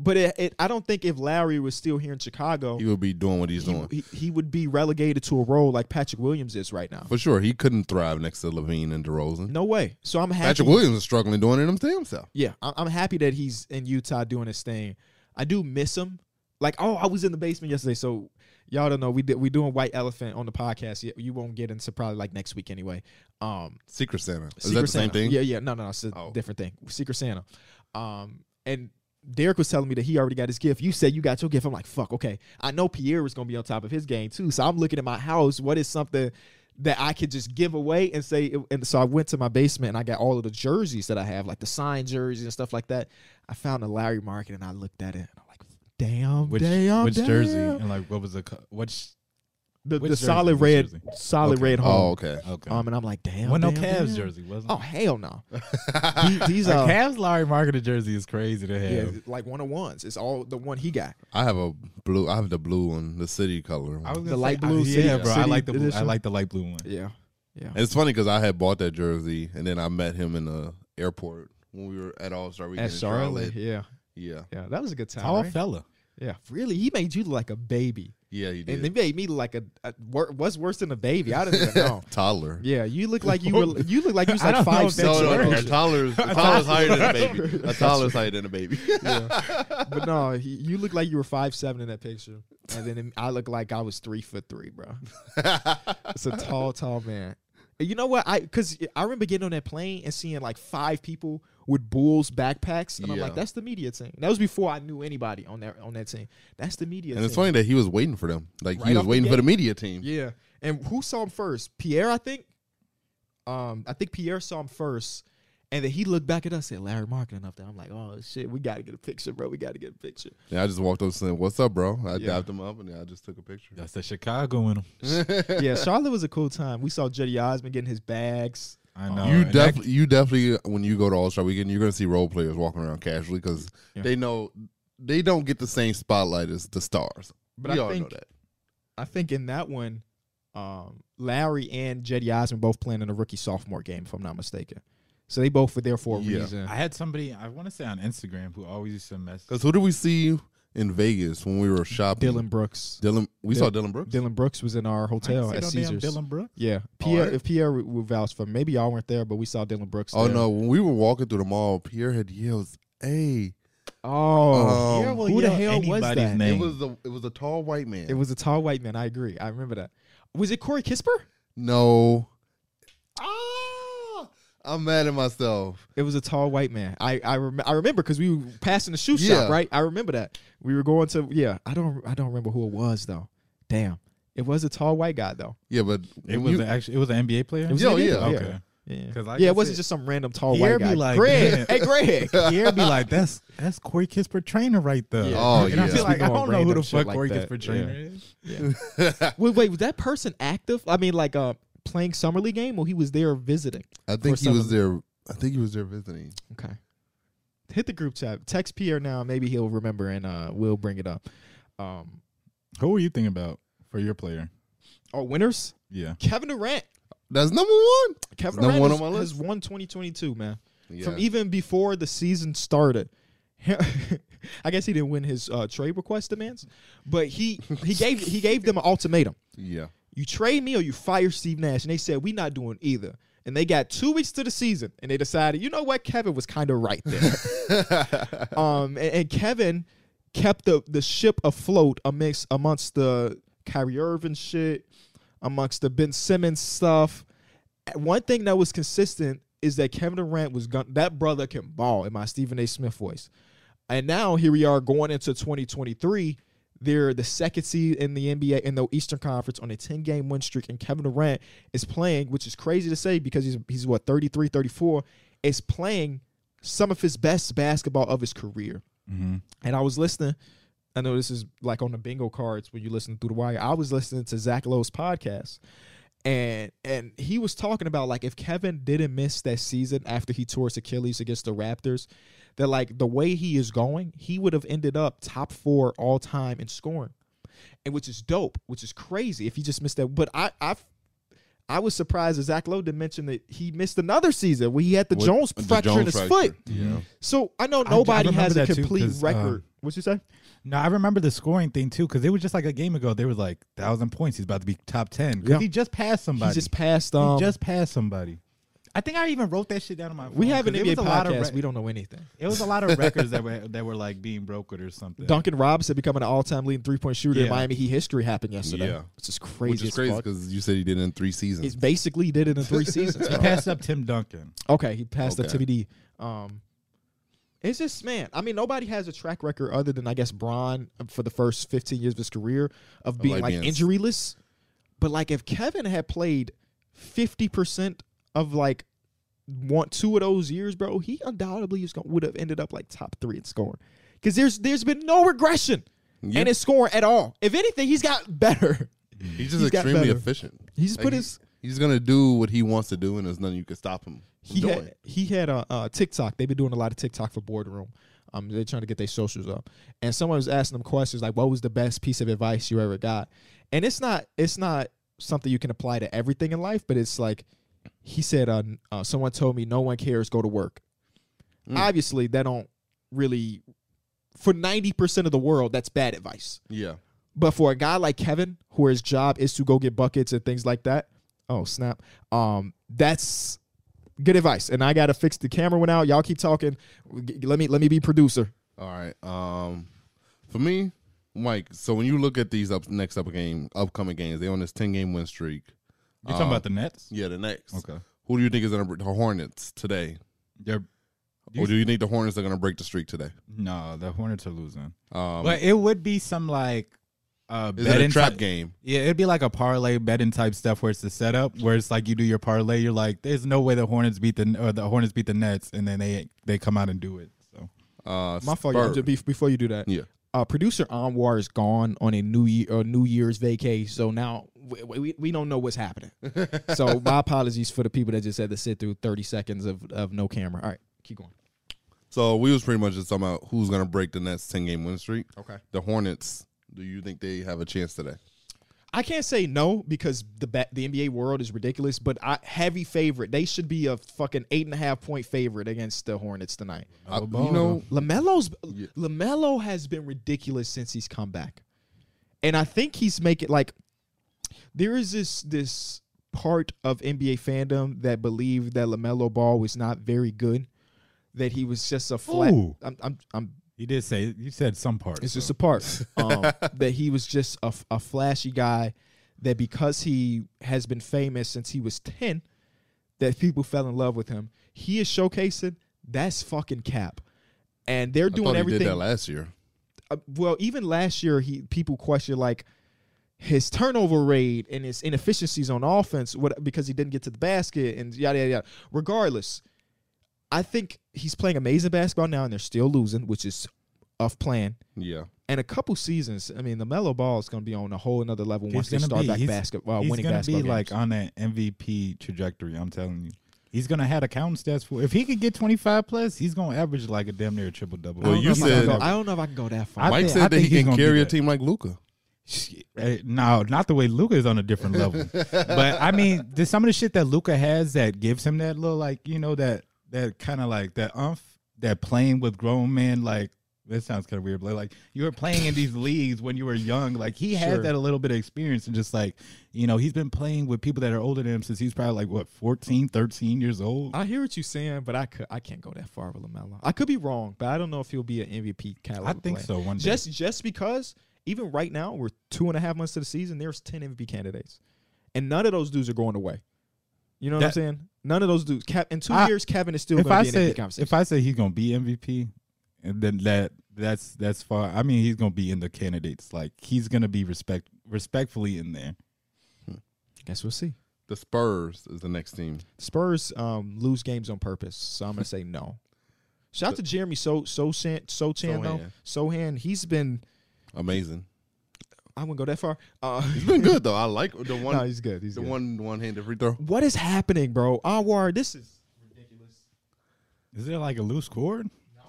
But it, it, I don't think if Larry was still here in Chicago,
He would be doing what he's
he,
doing.
he, he would be relegated to a role like Patrick Williams is right now.
For sure, he couldn't thrive next to Levine and DeRozan.
No way. So I'm happy.
Patrick Williams is struggling doing it himself.
Yeah, I- I'm happy that he's in Utah doing his thing. I do miss him. Like, oh, I was in the basement yesterday, so y'all don't know we did we doing White Elephant on the podcast. You, you won't get into probably like next week anyway. Um,
Secret Santa. Is
Secret
that the same
Santa.
thing?
Yeah, yeah. No, no, it's a
Oh.
different thing. Secret Santa. Um, and Derek was telling me that he already got his gift. You said you got your gift. I'm like, fuck, okay. I know Pierre is gonna be on top of his game too. So I'm looking at my house. What is something that I could just give away and say? And so I went to my basement and I got all of the jerseys that I have, like the signed jerseys and stuff like that. I found a Larry Market and I looked at it and I'm like, damn,
Which,
damn,
which
damn.
jersey? And like, what was the co- which?
The,
which
the
jersey?
solid
Which
red,
jersey?
solid
Okay.
red
Oh,
home.
okay.
Okay.
Um, and I'm like, damn,
well, no
damn,
Cavs
damn.
jersey wasn't.
Oh
it?
hell
<laughs>
no. He- These
Like,
are
Cavs Larry Market jersey is crazy to have.
Yeah, it's like one on ones. It's all the one he got.
I have a blue. I have the blue one, the city color. One.
I was
The
gonna
light
say, I-
blue city-
yeah, bro. I
city
like the blue, I
edition?
like the light blue one.
Yeah, yeah.
it's funny because I had bought that jersey, and then I met him in the airport when we were at All Star Weekend
At
in Charlotte.
Charlotte. Yeah,
Yeah,
yeah. That was a good time.
Tall
right?
fella.
Yeah, really. He made you look like a baby,
yeah, he
and they
<laughs> did.
made me look like a, a wor- what's worse than a baby. I didn't even
<laughs>
know.
Toddler.
Yeah, you look
<laughs>
like you were. You look like you was
I
like
don't know
five
if
six.
that's
No, no,
or
no.
right.
A
something.
toddler's,
<laughs>
a toddler's higher than a baby. A toddler's higher than a baby.
But no, he, you look like you were five seven in that picture, and then I look like I was three foot
<laughs>
three, bro. it's a tall, tall man. And You know what? I because I remember getting on that plane and seeing like five people with Bulls backpacks, and I'm
Yeah.
like, that's the media team. That was before I knew anybody on that on that team. That's the media.
And
team.
it's funny that he was waiting for them. Like
Right
he
off
was
the
waiting for
gate.
the media team.
Yeah. And who saw him first? Pierre, I think. Um, I think Pierre saw him first. And then he looked back at us and said, Larry Markin enough that I'm like, oh shit, we gotta get a picture, bro. We gotta get a picture.
And I just walked up and said, "What's up, bro?" I
Yeah.
dapped him up and I just took a picture.
That's the Chicago in him.
yeah, Charlotte was a cool time. We saw Jetty Osmond getting his bags.
I know.
you
and that-
definitely, you definitely, uh, when you go to All Star Weekend, you're gonna see role players walking around casually because
Yeah.
they know they don't get the same spotlight as the stars. But
But
we
I
all
think
know that.
I think in that one, um, Larry and Jetty Osmond both playing in a rookie sophomore game, if I'm not mistaken. So they both were there for a
Yeah.
reason.
I had somebody I want to say on Instagram who always used to mess.
Because who did we see in Vegas when we were shopping?
Dylan Brooks.
Dylan. We
Dylan-
saw Dylan Brooks.
Dylan Brooks was in our
I ain't
hotel
see
at
no damn
Caesars.
Dylan Brooks.
Yeah,
Oh,
Pierre.
right.
If Pierre would would vouch for, maybe y'all weren't there, but we saw Dylan Brooks.
Oh
there.
no! When we were walking through the mall, Pierre had yelled, "Hey!"
Oh,
Um,
Pierre will
who the
yell
hell was
anybody's
that?
It
name.
was a it was a tall white man.
it was a tall white man. I agree. I remember that. Was it Corey Kisper?
no. Ah! I'm mad at myself.
It was a tall white man. I I, rem- I remember because we were passing the shoe
Yeah.
shop, right? I remember that we were going to. Yeah, I don't I don't remember who it was though. Damn, it was a tall white guy though.
Yeah, but
It
when
was
you-
an actually it was an NBA player.
It was
Yo,
an NBA
yeah.
player.
okay.
Yeah.
'Cause like
yeah,
I
it wasn't
said-
just some random tall white
Pierre be
guy.
like,
Greg,
man.
<laughs> hey Greg.
Pierre
<laughs>
be like, "That's that's Corey Kispert trainer right there."
Yeah.
Oh,
and I
yeah.
feel like I
Speaking on
don't know who
random
the
shit
fuck
like
Corey
that,
Kispert
yeah.
trainer is.
wait, wait, was that person active? I mean, like uh, playing summer league game, or he was there visiting?
I think
for
he
some
was
of
there. I think he was there visiting.
Okay. Hit the group chat. Text Pierre now. Maybe he'll remember and uh, we'll bring it up. Um,
Who are you thinking about for your player?
oh, winners?
Yeah,
Kevin Durant.
That's number one.
Kevin
Number
Durant
one
has,
on my
has won 2022, man.
Yeah.
From E- even before the season started. <laughs> I guess he didn't win his uh, trade request demands, but he he gave he gave them an ultimatum.
yeah.
You trade me or you fire Steve Nash. And they said, we not doing either. And they got two weeks to the season. And they decided, you know what? Kevin was kind of right there. um, and, and Kevin kept the, the ship afloat amidst, amongst the Kyrie Irving shit, amongst the Ben Simmons stuff. One thing that was consistent is that Kevin Durant was gun- that brother can ball in my Stephen A. Smith voice. And now here we are going into 2023. They're the second seed in the NBA in the Eastern Conference on a 10 game win streak, and Kevin Durant is playing, which is crazy to say because he's he's what 33, 34, is playing some of his best basketball of his career. And I was listening. I know this is like on the bingo cards when you listen through the wire. I was listening to Zach Lowe's podcast, and and he was talking about like if Kevin didn't miss that season after he tore his Achilles against the Raptors, that like the way he is going, he would have ended up top four all time in scoring, and which is dope, which is crazy if he just missed that. But I I I was surprised that Zach Lowe didn't mention that he missed another season where he had the
With
Jones
the
fracture in
Jones
his
fracture.
foot.
Yeah.
So I know
I
nobody
remember
has a
that too,
complete
'cause, uh,
record. What'd you say?
No, I remember the scoring thing too, because it was just like a game ago. They were like thousand points. He's about to be top ten. 'Cause
Yeah.
he just passed somebody.
He just passed. Um,
he just passed somebody. I think I even wrote that shit down on my. Phone
we have an
'cause
NBA
it was a lot of
podcast.
rec-
we don't know anything.
It was a lot of records that were that were like being brokered or something.
Duncan Robinson becoming an all-time leading three-point shooter in
Yeah.
Miami Heat history happened yesterday,
Yeah.
which is crazy.
Which is
as
crazy
fuck.
because you said he did it in three seasons.
It's basically he did it in three seasons.
He
bro.
passed up Tim Duncan.
Okay, he passed
Okay.
the TBD. Um, it's just man. I mean, nobody has a track record other than I guess Bron for the first 15 years of his career of being
like
like
being-
injuryless. But like, if Kevin had played 50 percent of like one two of those years, bro, he undoubtedly is going would have ended up like top three in scoring. Because there's there's been no regression
Yeah.
in his scoring at all. If anything, he's got better. <laughs>
he's just
he's got
extremely
better.
efficient.
He's
Like,
put
he-
his
He's gonna do what he wants to do, and there's nothing you can stop him. from
he
doing.
had he had a, uh TikTok. They've been doing a lot of TikTok for boardroom. Um, they're trying to get their socials up, and someone was asking them questions like, "What was the best piece of advice you ever got?" And it's not it's not something you can apply to everything in life, but it's like he said, uh, n- uh, "Someone told me no one cares, go to work."
Mm.
Obviously, that don't really for ninety percent of the world that's bad advice.
yeah.
But for a guy like Kevin, who his job is to go get buckets and things like that, oh snap, um, that's good advice. And I gotta fix the camera went out. Y'all keep talking. G- Let me let me be producer.
All right. Um, for me, Mike. So when you look at these up next up game, upcoming games, they on this ten game win streak.
You talking
Um,
about the Nets?
Yeah, the next.
Okay.
Who do you think is gonna break the Hornets today?
They're
or
Do you-
do you think the Hornets are gonna break the streak today?
no, the Hornets are losing.
Um,
but it would be some like uh,
is it a
betting
trap
type-
game?
Yeah, it'd be like a parlay betting type stuff where it's the setup where it's like you do your parlay. You're like, there's no way the Hornets beat the or the Hornets beat the Nets, and then they they come out and do it. So
Uh,
My fault. y'all.
Spurs.
Just be- Before you do that,
Yeah.
uh, producer Anwar is gone on a new year or New Year's vacay, so now we, we, we don't know what's happening. so my apologies for the people that just had to sit through thirty seconds of of no camera. All right, keep going.
So we was pretty much just talking about who's gonna break the Nets ten game win streak.
Okay.
The Hornets. Do you think they have a chance today?
I can't say no because the ba- the NBA world is ridiculous, but I heavy favorite. They should be a fucking eight and a half point favorite against the Hornets tonight.
I, Uh, you
Ball,
know,
Lamelo's
Yeah.
Lamelo has been ridiculous since he's come back, and I think he's making like there is this this part of NBA fandom that believed that Lamelo Ball was not very good, that he was just a flat.
Ooh.
I'm, I'm I'm
you did say you said some part.
it's
so.
just a part um,
<laughs>
that he was just a, f- a flashy guy. That because he has been famous since he was ten, that people fell in love with him. He is showcasing that's fucking cap, and they're
I
doing
thought he
everything.
did that last year.
uh, well, even last year, he people questioned like his turnover rate and his inefficiencies on offense what, because he didn't get to the basket and yada yada yada. Regardless, I think he's playing amazing basketball now, and they're still losing, which is off plan
Yeah.
and a couple seasons, I mean, the mellow ball is going to be on a whole another level once they
gonna
start
be-
back
he's-
basketball,
he's
winning
gonna
basketball.
be like on an MVP trajectory. I'm telling you, he's gonna have accounting stats for. If he could get 25 plus, he's gonna average like a damn near a triple double.
Well, you
I don't,
said-
know, I don't know if I can go that far.
I
Mike
think-
said
I
that
think
he
he's
can
gonna be
carry a
that.
team like Luca.
Eh, no, not the way Luca is on a different level. but I mean, there's some of the shit that Luca has that gives him that little like you know that that kind of like that umph that playing with grown men like. That sounds kind of weird, but like you were playing in these leagues when you were young. Like he
Sure.
had that a little bit of experience and just like, you know, he's been playing with people that are older than him since he's probably like what 14, 13 years old.
I hear what you're saying, but I could I can't go that far with Lamelo. I could be wrong, but I don't know if he'll be an MVP caliber.
I think
player.
so. One day.
Just just because even right now we're two and a half months to the season, there's ten MVP candidates, and none of those dudes are going away. You know what I'm
That-
saying? None of those dudes. Kev, in two
I-
years, Kevin is still
if
going
I
to be in
say
MVP conversation.
if I say he's gonna be MVP, and then that that's that's far. I mean, he's gonna be in the candidates. Like he's gonna be respect respectfully in there.
guess we'll see.
The Spurs is the next team.
Spurs um, lose games on purpose, so I'm gonna say no. Shout out to Jeremy So So Sochan though. Sohan, he's been
Amazing.
I wouldn't go that far. Uh,
<laughs>
<laughs>
He's been good though. I like the one.
no, he's good. He's
the
good.
one one handed free throw.
What is happening, bro? Anwar, this is ridiculous.
Is there like a loose cord?
No,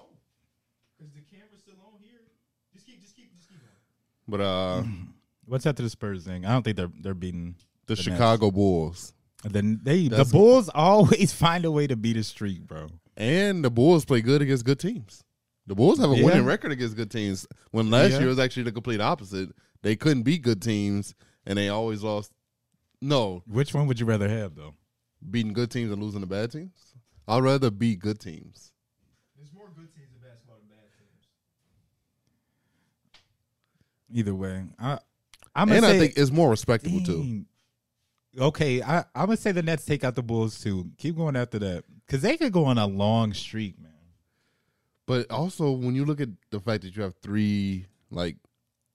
because the camera's still on here. Just keep, just keep, just keep going.
But uh,
Mm, What's after the Spurs thing? I don't think they're they're beating
the
Nets.
Chicago Bulls
Then they
That's-
the Bulls <laughs> always find a way to beat a streak, bro.
and the Bulls play good against good teams. The Bulls have a
Yeah.
winning record against good teams. When last
Yeah.
year was actually the complete opposite. They couldn't beat good teams, and they always lost. No,
Which one would you rather have though?
beating good teams and losing to bad teams. I'd rather beat good teams.
There's more good teams in basketball than bad teams.
Either way, I I'm gonna
and
say
I think it's more respectable too.
Dang. Okay, I I'm gonna say the Nets take out the Bulls too. Keep going after that because they could go on a long streak, man.
But also, when you look at the fact that you have three like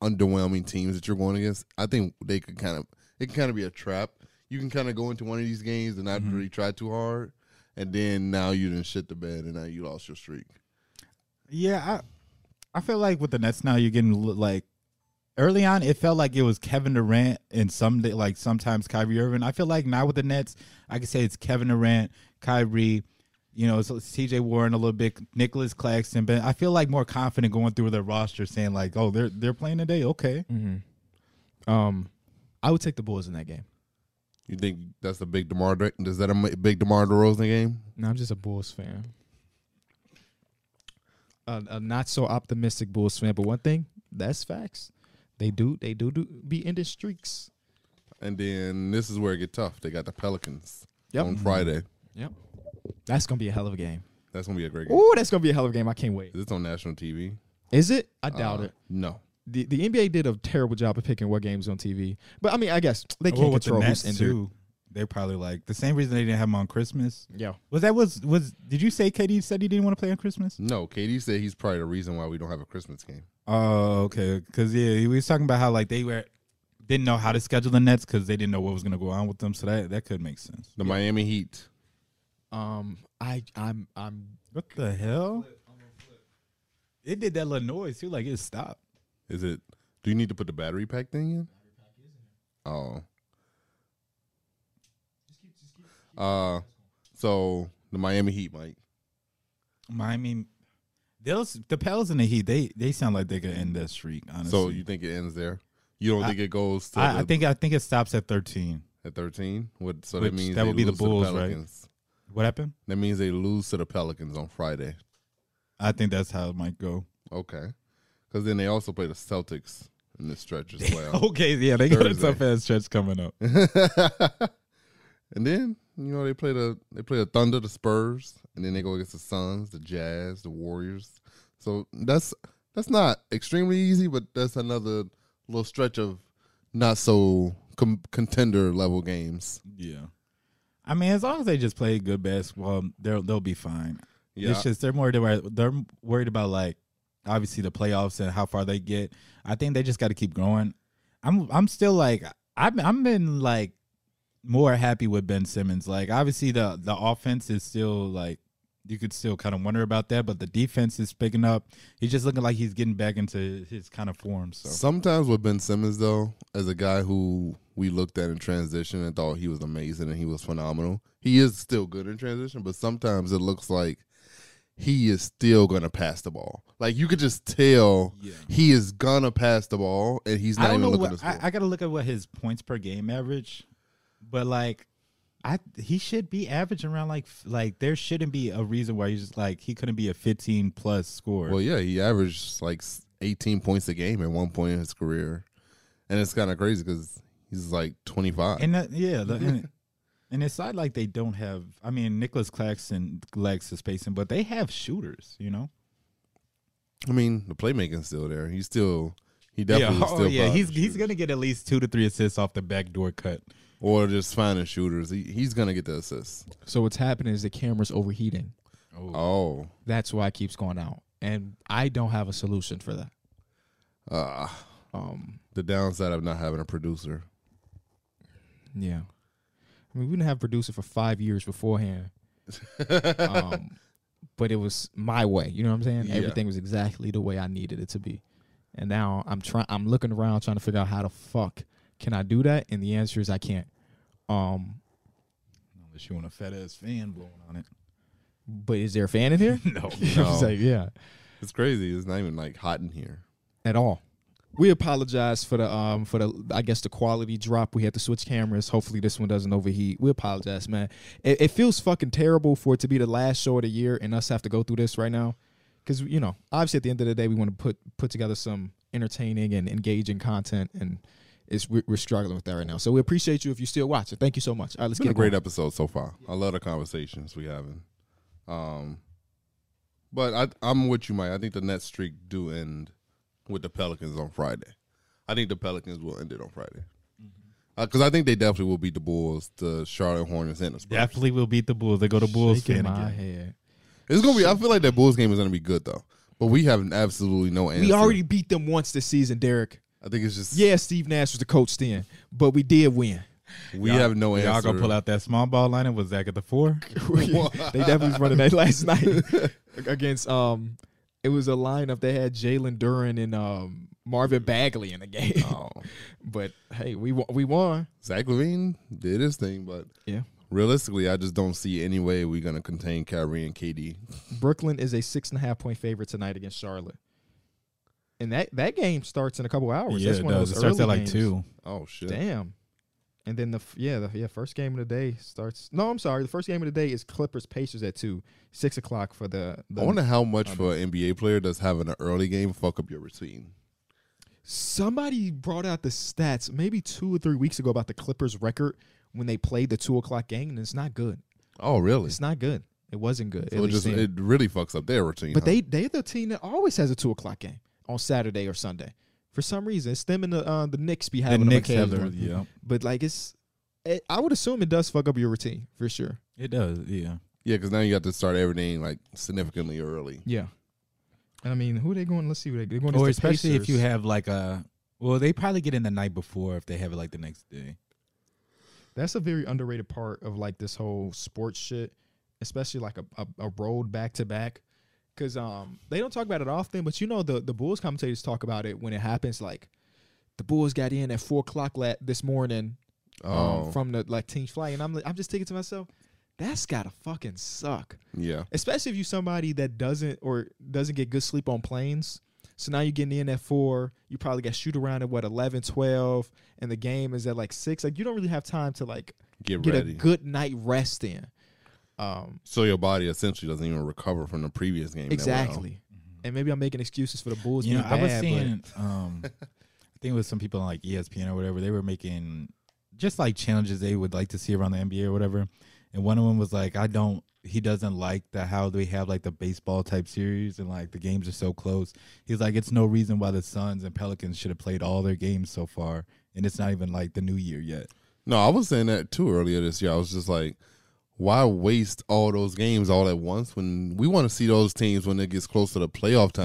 underwhelming teams that you're going against, I think they could kind of it can kind of be a trap. You can kind of go into one of these games and not
Mm-hmm.
really try too hard, and then now you didn't shit the bed and now you lost your streak.
Yeah, I I feel like with the Nets now, you're getting l- like early on, it felt like it was Kevin Durant and some day, like sometimes Kyrie Irving. I feel like now with the Nets, I can say it's Kevin Durant, Kyrie. You know, so it's T.J. Warren a little bit, Nicholas Claxton, but I feel like more confident going through their roster, saying like, "Oh, they're they're playing today, okay."
Um, I would take the Bulls in that game.
You think that's a big Demar? De- Is that a m- big Demar Derozan game?
No, I'm just a Bulls fan. A, a not so optimistic Bulls fan, but one thing that's facts. They do, they do, do be ending streaks.
And then this is where it get tough. They got the Pelicans
Yep. Mm-hmm.
on Friday.
Yep, that's gonna be a hell of a game.
That's gonna be a great game.
Ooh, that's gonna be a hell of a game. I can't wait.
Is this on national TV?
Is it? I doubt
Uh,
it.
No.
The the NBA did a terrible job of picking what games on TV. But I mean, I guess they can't
Well, with the
control
Nets
who's injured.
too, they're probably like the same reason they didn't have him on Christmas.
Yeah.
Was that was was? Did you say KD said he didn't want to play on Christmas?
No, KD said he's probably the reason why we don't have a Christmas game.
Oh, okay. Because yeah, he was talking about how like they were didn't know how to schedule the Nets because they didn't know what was gonna go on with them. So that that could make sense.
The Miami Heat.
Um, I I'm I'm
What the hell? It did that little noise too. Like it stopped.
Is it? Do you need to put the battery pack thing in? Oh. Uh, so the Miami Heat, Mike.
Miami, those the Pels and the Heat. They they sound like they could end that streak. Honestly,
So you think it ends there? You don't
I-
think it goes to
I, I
the-
think I think it stops at thirteen.
at thirteen? What? So
Which-
that means
that
they
would be the
lose to
Bulls, right?
Pelicans.
What happened?
That means they lose to the Pelicans on Friday.
I think that's how it might go.
Okay, because then they also play the Celtics in this stretch
<laughs>
as well.
okay, yeah, they got a
Oh. Thursday.
tough ass stretch
<laughs>
coming up.
and then you know they play the they play the Thunder, the Spurs, and then they go against the Suns, the Jazz, the Warriors. So that's that's not extremely easy, but that's another little stretch of not so com- contender level games.
Yeah. I mean, as long as they just play good basketball, they'll they'll be fine.
Yeah,
It's just they're more they're, they're worried about like obviously the playoffs and how far they get. I think they just got to keep growing. I'm I'm still like I'm I'm been like more happy with Ben Simmons. Like obviously the the offense is still like you could still kind of wonder about that, but the defense is picking up. He's just looking like he's getting back into his kind of form. So
Sometimes with Ben Simmons, though, as a guy who we looked at in transition and thought he was amazing and he was phenomenal, he is still good in transition, but sometimes it looks like he is still going to pass the ball. Like you could just tell
Yeah.
he is going to pass the ball and he's
I
not
don't
even
know
looking to
what
score.
I, I gotta look at what his points per game average, but like, I he should be averaging around like f- like there shouldn't be a reason why he's just like he couldn't be a fifteen plus scorer.
well, yeah, he averaged like s- 18 points a game at one point in his career. And it's kind of crazy because he's like 25.
and that, yeah,
<laughs>
the, and, and it's not like they don't have. I mean, Nicholas Claxton lacks the spacing, but they have shooters. You know.
I mean, the playmaking's still there. He's still, he definitely is
oh,
still
yeah.
probably
He's
a
he's
shooter.
gonna get at least two to three assists off the backdoor cut.
or just finding shooters. He, he's gonna get the assist.
so what's happening is the camera's overheating.
Oh,
That's why it keeps going out, and I don't have a solution for that.
uh,
Um,
the downside of not having a producer.
yeah. I mean, we didn't have a producer for five years beforehand, um, but it was my way. You know what I'm saying?
Yeah.
Everything was exactly the way I needed it to be, And now I'm trying. I'm looking around trying to figure out how the fuck can I do that, and the answer is I can't. Um,
Unless you want a fat ass fan blowing on it.
but is there a fan in here? <laughs>
No.
I was like, yeah,
It's crazy. It's not even like hot in here.
at all. We apologize for the um for the I guess the quality drop. We had to switch cameras. Hopefully this one doesn't overheat. We apologize, man. It, it feels fucking terrible for it to be the last show of the year and us have to go through this right now. Cause you know, obviously at the end of the day, we want to put put together some entertaining and engaging content, and it's we're, we're struggling with that right now. So we appreciate you if you're still watching. Thank you so much. All right,
It's
let's
been
get
a great
going.
episode so far. I love the conversations we having. Um, but I, I'm with you, Mike. I think the Nets streak do end with the Pelicans on Friday. I think the Pelicans will end it on Friday
Mm-hmm.
because I think they definitely will beat the Bulls, the Charlotte Hornets, and the Spurs.
Definitely will beat the Bulls. They go to Bulls
Shaking
fan
my
again.
head.
It's gonna be. I feel like that Bulls game is gonna be good though. But we have absolutely no answer.
We already beat them once this season, Derek.
I think it's just.
Yeah, Steve Nash was the coach then, but we did win.
We have no answer.
Y'all gonna
<laughs>
pull out that small ball lineup with Zach at the four?
<laughs> they definitely was running that <laughs> last night against um it was a lineup they had Jalen Duran and um Marvin Bagley in the game.
Oh,
<laughs> but hey, we won we won.
Zach Levine did his thing, but
Yeah.
realistically, I just don't see any way we're gonna contain Kyrie and KD.
Brooklyn is a six and a half point favorite tonight against Charlotte. And that, that game starts in a couple hours.
yeah,
That's
it
Oh, one
does.
Of
It
those
starts
early
at like
games.
two.
Oh shit!
Damn. And then the f- yeah the yeah first game of the day starts. No, I'm sorry. The first game of the day is Clippers Pacers at two, six o'clock for the. the
I wonder how much for an NBA player does having an early game fuck up your routine.
Somebody brought out the stats maybe two or three weeks ago about the Clippers record when they played the two o'clock game, and it's not good.
Oh really?
It's not good. It wasn't good. at
So it
least
just
then.
it really fucks up their routine.
but
huh?
they they're the team that always has a two o'clock game on Saturday or Sunday. For some reason, it's them and the uh, the Knicks be
The
having
Knicks
them
have their
occasionally.
yeah.
But like it's, it, I would assume it does fuck up your routine for sure.
It does, yeah.
yeah, because now you got to start everything like significantly early.
Yeah. And I mean, who are they going? Let's see who they they're going.
Or
against the
especially if you
Pacers.
have like a well, they probably get in the night before if they have it like the next day.
that's a very underrated part of like this whole sports shit, especially like a, a, a road back to back. Cause um they don't talk about it often, but you know the the Bulls commentators talk about it when it happens. Like the Bulls got in at four o'clock la- this morning um,
Oh
from the like team flight, and I'm like, I'm just thinking to myself, that's gotta fucking suck.
yeah.
Especially if you somebody that doesn't or doesn't get good sleep on planes. So now you're getting in at four. You probably got shoot around at what 11, 12, and the game is at like six. Like you don't really have time to like
Get,
get
ready.
a good night rest in. Um,
so your body essentially doesn't even recover from the previous game. that well.
exactly. And maybe I'm making excuses for the Bulls.
You know,
being
I was
bad,
seeing
<laughs>
um I think it was some people on like E ESPN or whatever, they were making just like challenges they would like to see around the NBA or whatever. And one of them was like, I don't he doesn't like the how they have like the baseball type series and like the games are so close. He's like, it's no reason why the Suns and Pelicans should have played all their games so far. And it's not even like the new year yet.
No, I was saying that too earlier this year. I was just like, why waste all those games all at once when we want to see those teams when it gets close to the playoff
Mm-hmm,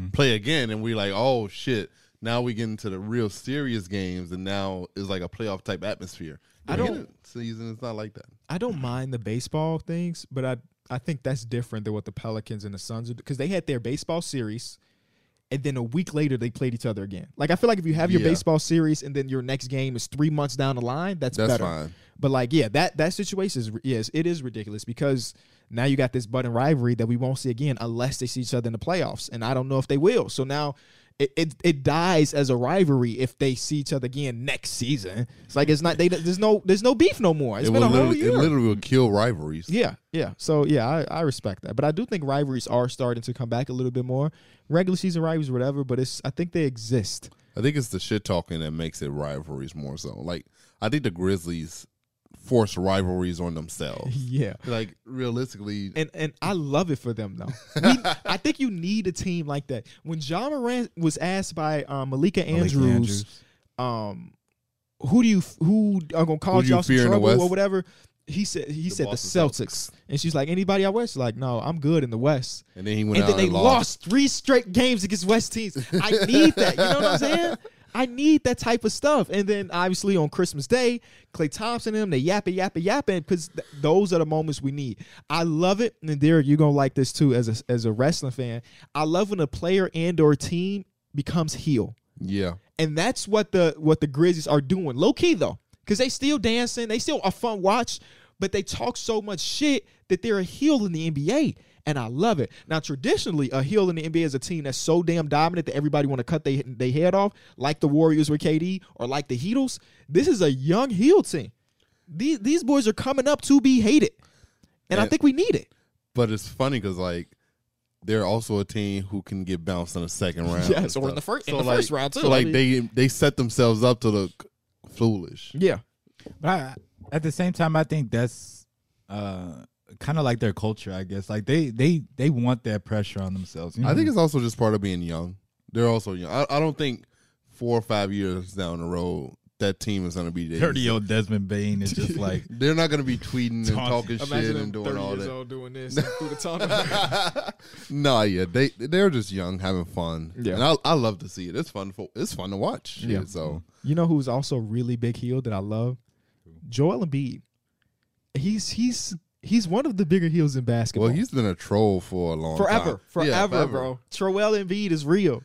time play again? And we're like, oh shit, now we get into the real serious games, and now it's like a playoff type atmosphere.
I
The
don't-
beginning season. It's not like that.
I don't mind the baseball things, but I I think that's different than what the Pelicans and the Suns are because they had their baseball series, and then a week later they played each other again. Like I feel like if you have your
Yeah.
baseball series and then your next game is three months down the line, that's,
That's
better.
fine.
But like, yeah, that that situation is yes, it is ridiculous because now you got this button rivalry that we won't see again unless they see each other in the playoffs, and I don't know if they will. So now. It, it, it dies as a rivalry if they see each other again next season. It's like it's not they there's no there's no beef no more. It's
it
been
will
a whole
literally,
year.
it literally will kill rivalries.
Yeah, yeah. So yeah, I, I respect that, but I do think rivalries are starting to come back a little bit more. Regular season rivalries, whatever, but it's I think they exist. <laughs>
I think it's the shit talking that makes it rivalries more so. Like I think the Grizzlies force rivalries on themselves.
Yeah,
like realistically,
and and I love it for
<laughs>
them though. We, I think you need a team like that. When John Moran was asked by um, Malika, Andrews, um, who do you who are gonna
Who
cause
do you
y'all some
fear in the
trouble or
West?
whatever, he said he said
Boston
the Celtics. and she's like anybody out west. Like no, I'm good in the West.
and then he went
and
out
then they
and
lost. three straight games against West teams. I need that. You know what I'm saying? I need that type of stuff. And then obviously on Christmas Day, Clay Thompson and them, they yapping, yapping, yapping, because th- those are the moments we need. I love it. And Derek, you're gonna like this too as a as a wrestling fan. I love when a player and or team becomes heel.
Yeah.
And that's what the what the Grizzlies are doing. Low key though, because they still dancing, they still a fun watch, but they talk so much shit that they're a heel in the NBA. And I love it. Now, traditionally, a heel in the NBA is a team that's so damn dominant that everybody want to cut their they head off, like the Warriors with KD or like the Heatles. This is a young heel team. These these boys are coming up to be hated. And I
And-
think we need it.
But it's funny because like they're also a team who can get bounced in the second round.
Yes,
and
or in
stuff.
the fir- in
So,
the
like-
first round, too.
So like
I
they they set themselves up to look foolish.
Yeah.
But I, at the same time, I think that's uh, kind of like their culture, I guess. Like they they they want that pressure on themselves. you
I think
know?
it's also just part of being young. They're also young. I, I don't think four or five years down the road that team is going to be there.
dirty old Desmond Bain is <laughs> just like
They're not going to be tweeting and talking shit and doing all that.
old doing this through the
<laughs>
tunnel.
no, yeah, they they're just young, having fun.
Yeah.
and I, I love to see it. It's fun for it's fun to watch. Shit,
Yeah.
so
You know who's also really big heel that I love? Joel Embiid. He's he's he's one of the bigger heels in basketball.
well, he's been a troll for a long
forever,
time.
forever,
Yeah,
bro. Joel Embiid is real.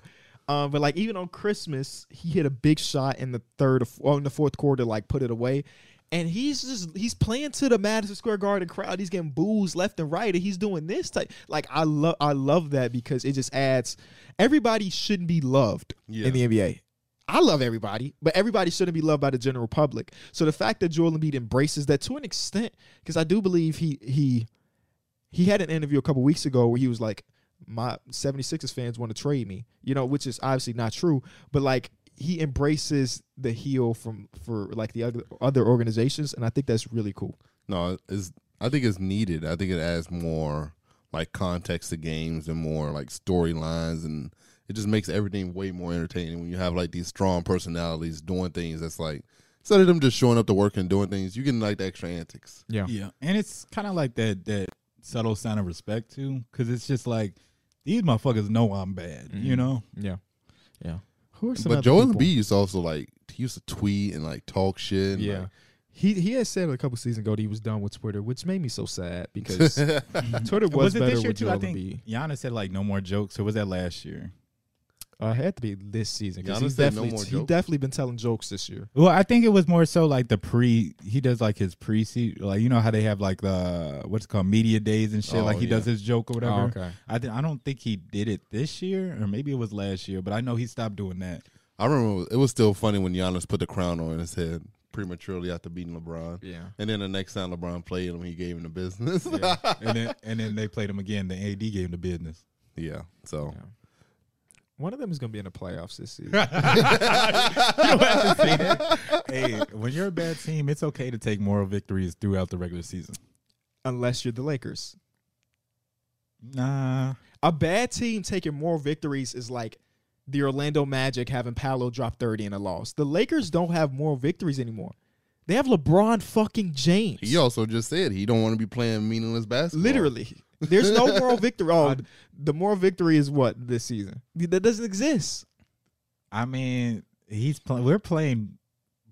Um, but like even on Christmas, he hit a big shot in the third or well, in the fourth quarter, like put it away. And he's just he's playing to the Madison Square Garden crowd. He's getting boos left and right, and he's doing this type. Like I love I love that because it just adds everybody shouldn't be loved
Yeah.
in the NBA. I love everybody, but everybody shouldn't be loved by the general public. So the fact that Joel Embiid embraces that to an extent, because I do believe he he he had an interview a couple weeks ago where he was like, My 76ers fans want to trade me, you know, which is obviously not true, but like he embraces the heel from for like the other other organizations, and I think that's really cool.
No, it's I think it's needed. I think it adds more like context to games and more like storylines and it just makes everything way more entertaining when you have like these strong personalities doing things that's like instead of them just showing up to work and doing things, you getting like the extra antics.
yeah, and it's kind of like that that subtle sign of respect too, because it's just like these motherfuckers know I'm bad, you know.
Yeah. Yeah. Who are some
But
other
Joel
people?
B used to also like he used to tweet and like talk shit. and,
Yeah.
like,
He he had said a couple seasons ago that he was done with Twitter, which made me so sad
<laughs>
because Twitter was,
it
better
this year
with
too?
Joel
I think
Embiid.
Giannis said like no more jokes, or was that last year?
Uh, it had to be this season because
Giannis
he's
said no
definitely
more
he
jokes.
definitely been telling jokes this year.
Well, I think it was more so like the pre. He does like his pre season, like you know how they have like the what's it called media days and shit.
Oh,
like he does
yeah.
his joke or whatever.
Oh, okay.
I th- I don't think he did it this year, or maybe it was last year. But I know he stopped doing that.
I remember it was still funny when Giannis put the crown on his head prematurely after beating LeBron.
Yeah.
And then the next time LeBron played him, he gave him the business. <laughs>
And then and then they played him again. The AD gave him the business. <laughs>
yeah. So
One of them is going to be in the playoffs this season.
<laughs>
hey, when you're a bad team, it's okay to take moral victories throughout the regular season.
unless you're the Lakers.
Nah,
A bad team taking more victories is like the Orlando Magic having Paolo drop 30 in a loss. The Lakers don't have more victories anymore. They have LeBron fucking James.
He also just said he don't want to be playing meaningless basketball.
<laughs> Literally. There's
<laughs>
no moral victory. Oh, the moral victory is what this season? That doesn't exist.
I mean he's playing. We're playing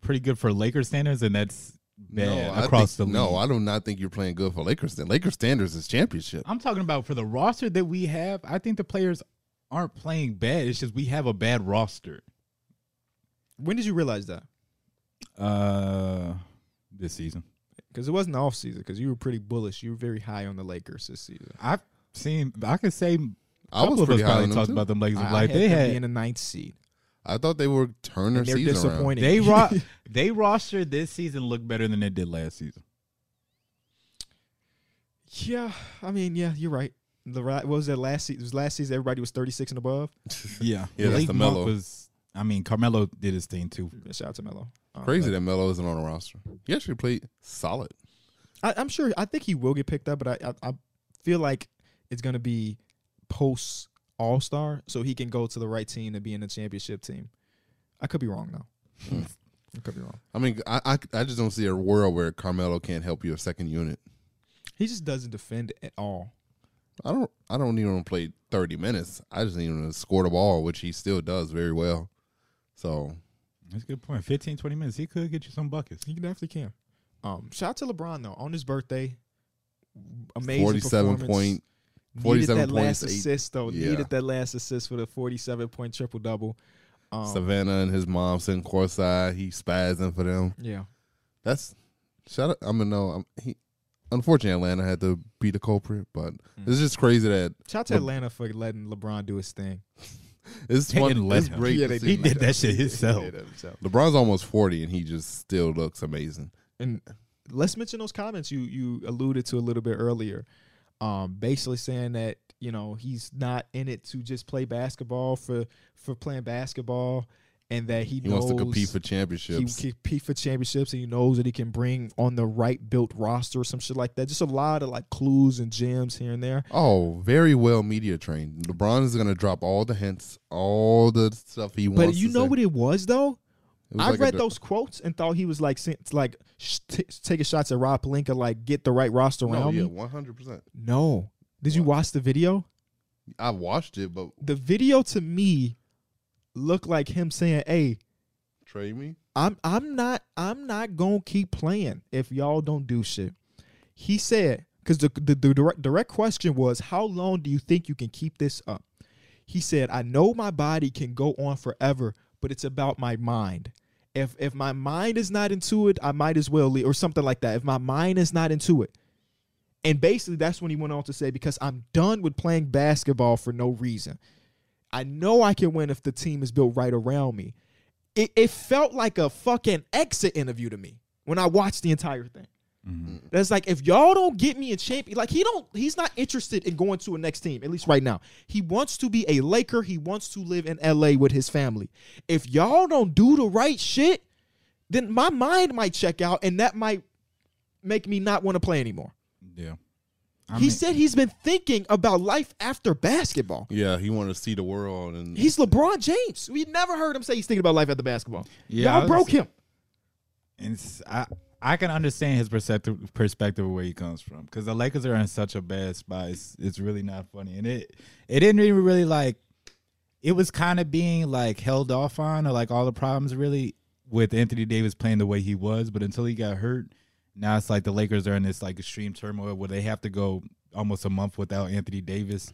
pretty good for Lakers standards, and that's bad
I
across
think-
the league.
No, I do not think you're playing good for Lakers. Then Lakers standards is championship.
I'm talking about for the roster that we have. I think the players aren't playing bad. It's just we have a bad roster.
When did you realize that?
Uh, this season,
Because it wasn't the offseason, because you were pretty bullish. You were very high on the Lakers this season.
I've seen. I could say.
I was
couple of us
pretty high
probably
on them
talked
too.
about them Lakers.
I- I
like
had
they
them
had
being a ninth seed.
I thought they were turning their
And they're
season around.
disappointing. <laughs>
They ro- they roster this season looked better than it did last season.
Yeah, I mean, yeah, you're right. The ri- what was that last season? Was last season everybody was 36 and above.
Yeah,
Yeah, that's the Melo.
was. I mean, Carmelo did his thing too.
Yeah, Shout out to Melo. Um,
Crazy that Melo isn't on the roster. He actually played solid.
I, I'm sure. I think he will get picked up, but I I, I feel like it's gonna be post All Star, so he can go to the right team to be in the championship team. I could be wrong though.
Hmm.
I could be wrong.
I mean, I, I I just don't see a world where Carmelo can't help your second unit.
He just doesn't defend at all.
I don't I don't need him to play 30 minutes. I just need him to score the ball, which he still does very well. So
That's a good point. 15, 20 minutes, he could get you some buckets.
He definitely can. Um, shout out to LeBron though on his birthday. Amazing
47
performance.
point
Needed
47
that
points,
last
eight.
assist though.
Yeah.
Needed that last assist for the forty-seven point triple double. Um,
Savannah and his mom sitting courtside. He spazzing for them.
Yeah.
That's shout out. I mean, no, I'm, he. Unfortunately, Atlanta had to be the culprit, but
Hmm.
it's just crazy that
Shout out to
Le-
Atlanta for letting LeBron do his thing.
it's
They
fun.
didn't let
It's
him.
great.
Yeah,
to
they
see.
He did that shit himself.
LeBron's almost forty, and he just still looks amazing.
and let's mention those comments you you alluded to a little bit earlier. Um, basically saying that you know he's not in it to just play basketball for for playing basketball, and that he,
He
knows
wants to compete for
he
championships.
can compete for championships, and he knows that he can bring on the right built roster or some shit like that. Just a lot of like clues and gems here and there.
oh, very well media trained. LeBron is going to drop all the hints, all the stuff he wants.
But you
to
know
say.
what it was though.
It was
I
like a
read
dir-
those quotes and thought he was like sen- like sh- t- taking shots at Rob Palinka, like get the right roster
No,
around
yeah,
me.
one hundred percent.
No, did you watch the video?
I watched it, but
the video to me looked like him saying, "Hey,
trade me.
I'm I'm not I'm not gonna keep playing if y'all don't do shit." He said, because the, the the direct direct question was, "How long do you think you can keep this up?" He said, "I know my body can go on forever, but it's about my mind." If, if my mind is not into it, I might as well leave, or something like that. If my mind is not into it, and basically, that's when he went on to say, because I'm done with playing basketball for no reason. I know I can win if the team is built right around me. It, it felt like a fucking exit interview to me when I watched the entire thing.
Mm-hmm.
That's like if y'all don't get me a champion, like he don't, he's not interested in going to a next team, at least right now. He wants to be a Laker. He wants to live in LA with his family. If y'all don't do the right shit, then my mind might check out and that might make me not want to play anymore
Yeah. I
he
mean,
said he's been thinking about life after basketball.
Yeah, he wanted to see the world, and
He's LeBron James. We never heard him say he's thinking about life after basketball.
Yeah, I
Y'all
was-
broke him.
and s- I I can understand his perspective perspective of where he comes from because the Lakers are in such a bad spot. It's, it's really not funny, and it it didn't even really like it was kind of being like held off on or like all the problems really with Anthony Davis playing the way he was, but until he got hurt, now it's like the Lakers are in this like extreme turmoil where they have to go almost a month without Anthony Davis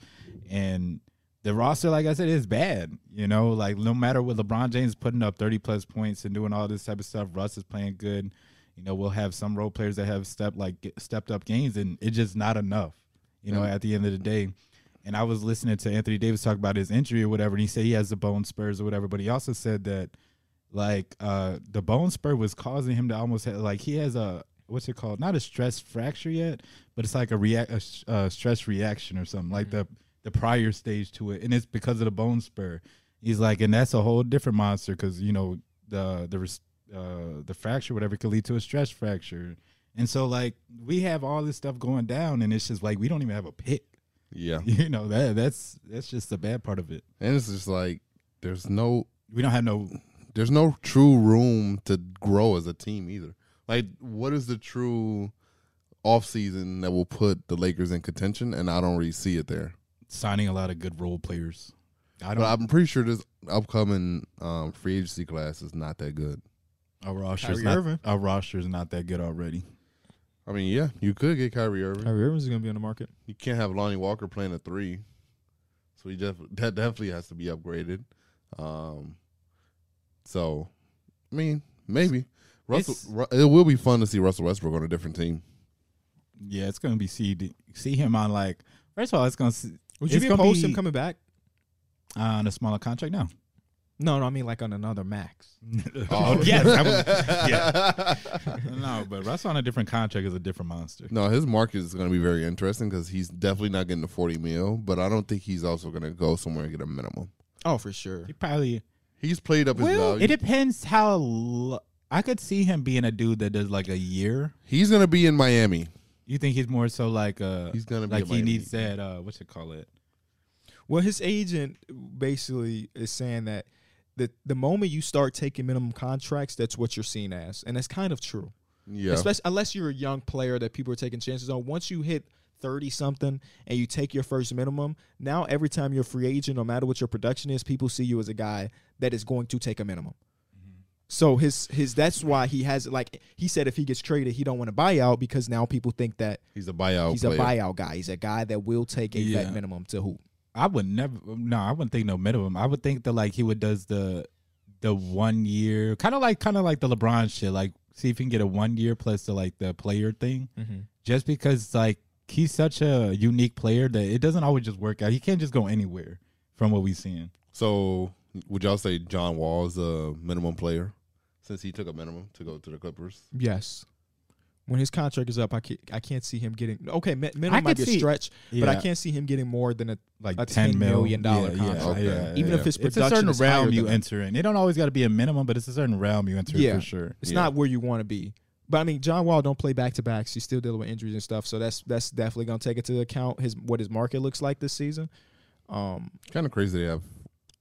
and the roster, like I said, is bad. You know, like no matter what LeBron James is putting up 30 plus points and doing all this type of stuff, Russ is playing good. You know, we'll have some role players that have stepped like get- stepped up games and it's just not enough, you know, at the end of the day. And I was listening to Anthony Davis talk about his injury or whatever, and he said he has the bone spurs or whatever, but he also said that like uh the bone spur was causing him to almost have, like he has a what's it called not a stress fracture yet but it's like a react a, sh- uh stress reaction or something like the the prior stage to it and it's because of the bone spur he's like and that's a whole different monster because you know the the res- uh the fracture whatever could lead to a stress fracture and so like we have all this stuff going down and it's just like we don't even have a pick
yeah,
<laughs> you know that that's that's just the bad part of it
and it's just like there's no
we don't have no
there's no true room to grow as a team either. Like, what is the true offseason that will put the Lakers in contention? And I don't really see it there.
signing a lot of good role players i
But
don't
I'm pretty sure this upcoming um, free agency class is not that good.
Our roster's
Kyrie
not
Irving.
our roster's not that good already.
I mean, yeah, you could get Kyrie Irving.
Kyrie Irving's going to be on the market.
You can't have Lonnie Walker playing a three, so he def- <laughs> that definitely has to be upgraded. Um, so, I mean, maybe Russell.
It's-
Ru- it will be fun to see Russell Westbrook on a different team. <laughs>
Yeah, it's gonna be see see him on like first of all, it's gonna see,
Would
It's
you be
gonna
opposed to
be-
him coming back?
on a smaller contract now. <laughs>
No, no, I mean like on another max.
oh yes, I would- yeah. no, but Russ on a different contract is a different monster.
No, his market is going to be very interesting because he's definitely not getting the forty mil, but I don't think he's also going to go somewhere and get a minimum.
Oh, for sure.
He probably
He's played up his
well,
value.
it depends how. L- I could see him being a dude that does like a year.
he's going to be in Miami.
You think he's more so like uh
He's gonna be a
like he
Miami
needs that uh what you call it
Well, his agent basically is saying that the, the moment you start taking minimum contracts, that's what you're seen as. And that's kind of true.
Yeah,
Especially unless you're a young player that people are taking chances on. Once you hit 30 something and you take your first minimum, now every time you're a free agent, no matter what your production is, people see you as a guy that is going to take a minimum. So his his that's why he has like he said if he gets traded he don't want to buy out because now people think that
He's a buyout.
he's
Oh, player.
a buyout guy. He's a guy that will take a
Yeah.
vet minimum to hoop.
I would never. No, I wouldn't think no minimum. I would think that like he would does the the one year kind of like kind of like the LeBron shit. Like see if he can get a one year plus the like the player thing.
Mhm.
Just because like he's such a unique player that it doesn't always just work out. He can't just go anywhere from what we've seen.
So would y'all say John Wall is a minimum player since he took a minimum to go to the Clippers?
Yes. When his contract is up, I can't, I can't see him getting okay. mi-
I
Minimum might
could
be a
see-
stretch, but I
Yeah.
can't see him getting more than a
like
a
ten
$10
million
million dollar
yeah,
contract.
Okay.
Yeah,
even
yeah.
if his
it's
production
a certain
is higher
realm you
than that.
enter in. It don't always got to be a minimum, but it's a certain realm you enter
Yeah.
in for sure.
It's
Yeah.
not where you want to be. But I mean, John Wall don't play back to backs. He's still dealing with injuries and stuff. So that's that's definitely gonna take into account his what his market looks like this season. Um,
Kind of crazy they have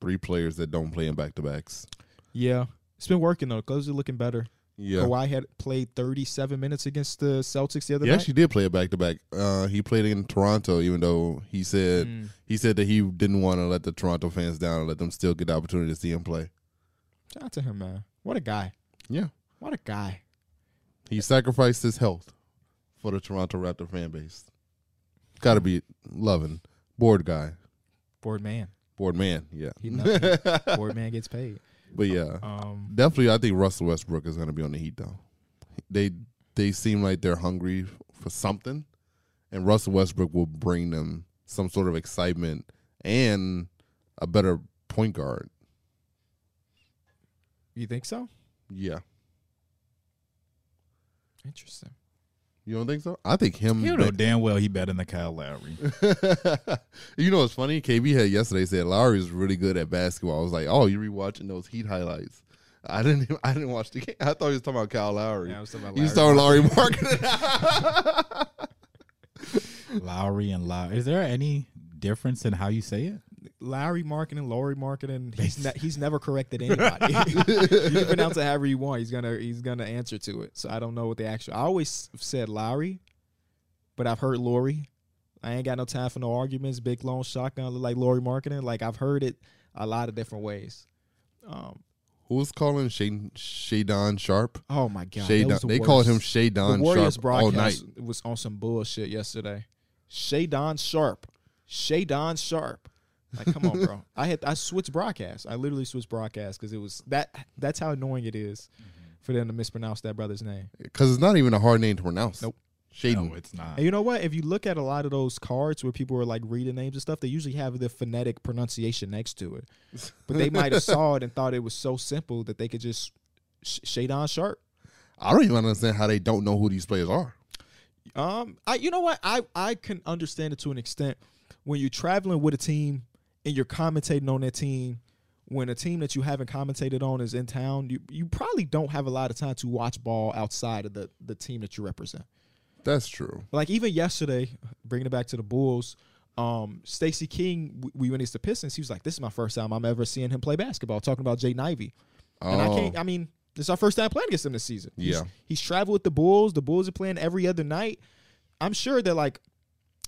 three players that don't play in back to backs.
yeah, it's been working though. Those are looking better.
Yeah.
Kawhi had played 37 minutes against the Celtics the other
He
night.
actually did play a back to back. Uh, he played in Toronto, even though he said
Mm.
he said that he didn't want to let the Toronto fans down and let them still get the opportunity to see him play.
Shout out to him, man. What a guy.
Yeah,
What a guy.
he sacrificed his health for the Toronto Raptor fan base. Got to be loving bored guy,
Board man.
bored man. Yeah, <laughs>
He nothing. Board man gets paid.
but yeah,
Um,
definitely. I think Russell Westbrook is going to be on the Heat though. They they seem like they're hungry for something, and Russell Westbrook will bring them some sort of excitement and a better point guard.
you think so?
Yeah.
Interesting.
You don't think so? I think him.
You know damn well he better than Kyle Lowry.
<laughs> you know what's funny? KB had yesterday said Lowry is really good at basketball. I was like, oh, you rewatching those Heat highlights? I didn't. Even, I didn't watch the game. I thought he was talking about Kyle Lowry.
Yeah, I was talking about
you
Larry.
saw Lowry marketing.
Lowry and Lowry. Is there any difference in how you say it?
Lowry marketing, Lowry
<laughs>
marketing. He's ne- he's never corrected anybody. <laughs> you can pronounce it however you want. He's gonna he's gonna answer to it. So I don't know what the actual. I always said Lowry, but I've heard Lori. I ain't got no time for no arguments. Big long shotgun look like Lori marketing. Like I've heard it a lot of different ways. Um.
<laughs> Who's calling Shane Shadon Sharp?
Oh my god. that was
Shadon.
the
They called him
worst.
Shadon
the Warriors
Sharp all night.
broadcast was on some bullshit yesterday. Shadon Sharp. Shadon Sharp. Like, come on,
<laughs>
bro. I had I switched broadcast. I literally switched broadcast because it was that that's how annoying it is
Mm-hmm.
for them to mispronounce that brother's name.
Because it's not even a hard name to pronounce.
Nope.
Shaden.
No, it's not.
And you know what? If you look at a lot of those cards where people are like reading names and stuff, they usually have the phonetic pronunciation next to it. But they
<laughs>
might have saw it and thought it was so simple that they could just Sh- Shadon Sharp.
I don't even understand how they don't know who these players are.
Um, I you know what I I can understand it to an extent when you're traveling with a team and you're commentating on that team. When a team that you haven't commentated on is in town, you you probably don't have a lot of time to watch ball outside of the the team that you represent.
That's true.
Like even yesterday, bringing it back to the Bulls, um, Stacey King, w- we went against the Pistons. He was like, "This is my first time I'm ever seeing him play basketball." Talking about Jay Nivey, and I
Oh.
can't. I mean, this is our first time playing against him this season.
Yeah.
he's, he's traveled with the Bulls. The Bulls are playing every other night. I'm sure that like,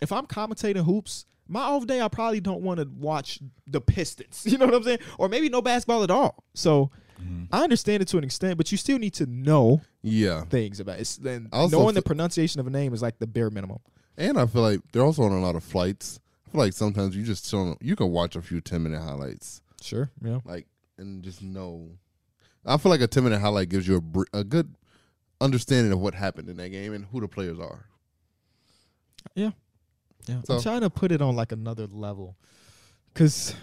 if I'm commentating hoops, my off day, I probably don't want to watch the Pistons. <laughs> You know what I'm saying? Or maybe no basketball at all. So.
Mm-hmm.
I understand it to an extent, but you still need to know
Yeah.
things about it. It's- Then
Also
knowing the
fe-
pronunciation of a name is like the bare minimum.
And I feel like they're also on a lot of flights. I feel like sometimes you just don't, you can watch a few 10 minute highlights,
Sure. Yeah.
like, and just know. I feel like a 10 minute highlight gives you a, br- a good understanding of what happened in that game and who the players are.
Yeah.
So-
I'm trying to put it on like another level, because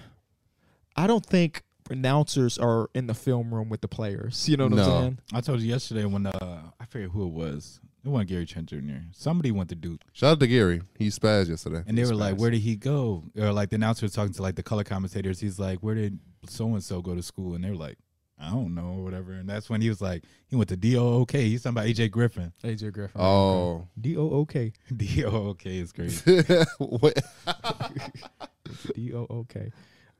I don't think announcers are in the film room with the players. You know what
No.
I'm saying?
I told you yesterday when uh I forget who it was. It wasn't Gary Trent Jr. Somebody went to Duke,
Shout out to Gary. He spazzed yesterday.
and they were like,
fast.
"Where did he go?" Or like the announcer was talking to like the color commentators. He's like, "Where did so and so go to school?" And they were like, "I don't know," or whatever. And that's when he was like, "He went to DOOK." He's talking about AJ Griffin. <laughs>
AJ Griffin.
Oh. <laughs>
D O O K.
DOOK is crazy.
What-
D O O K.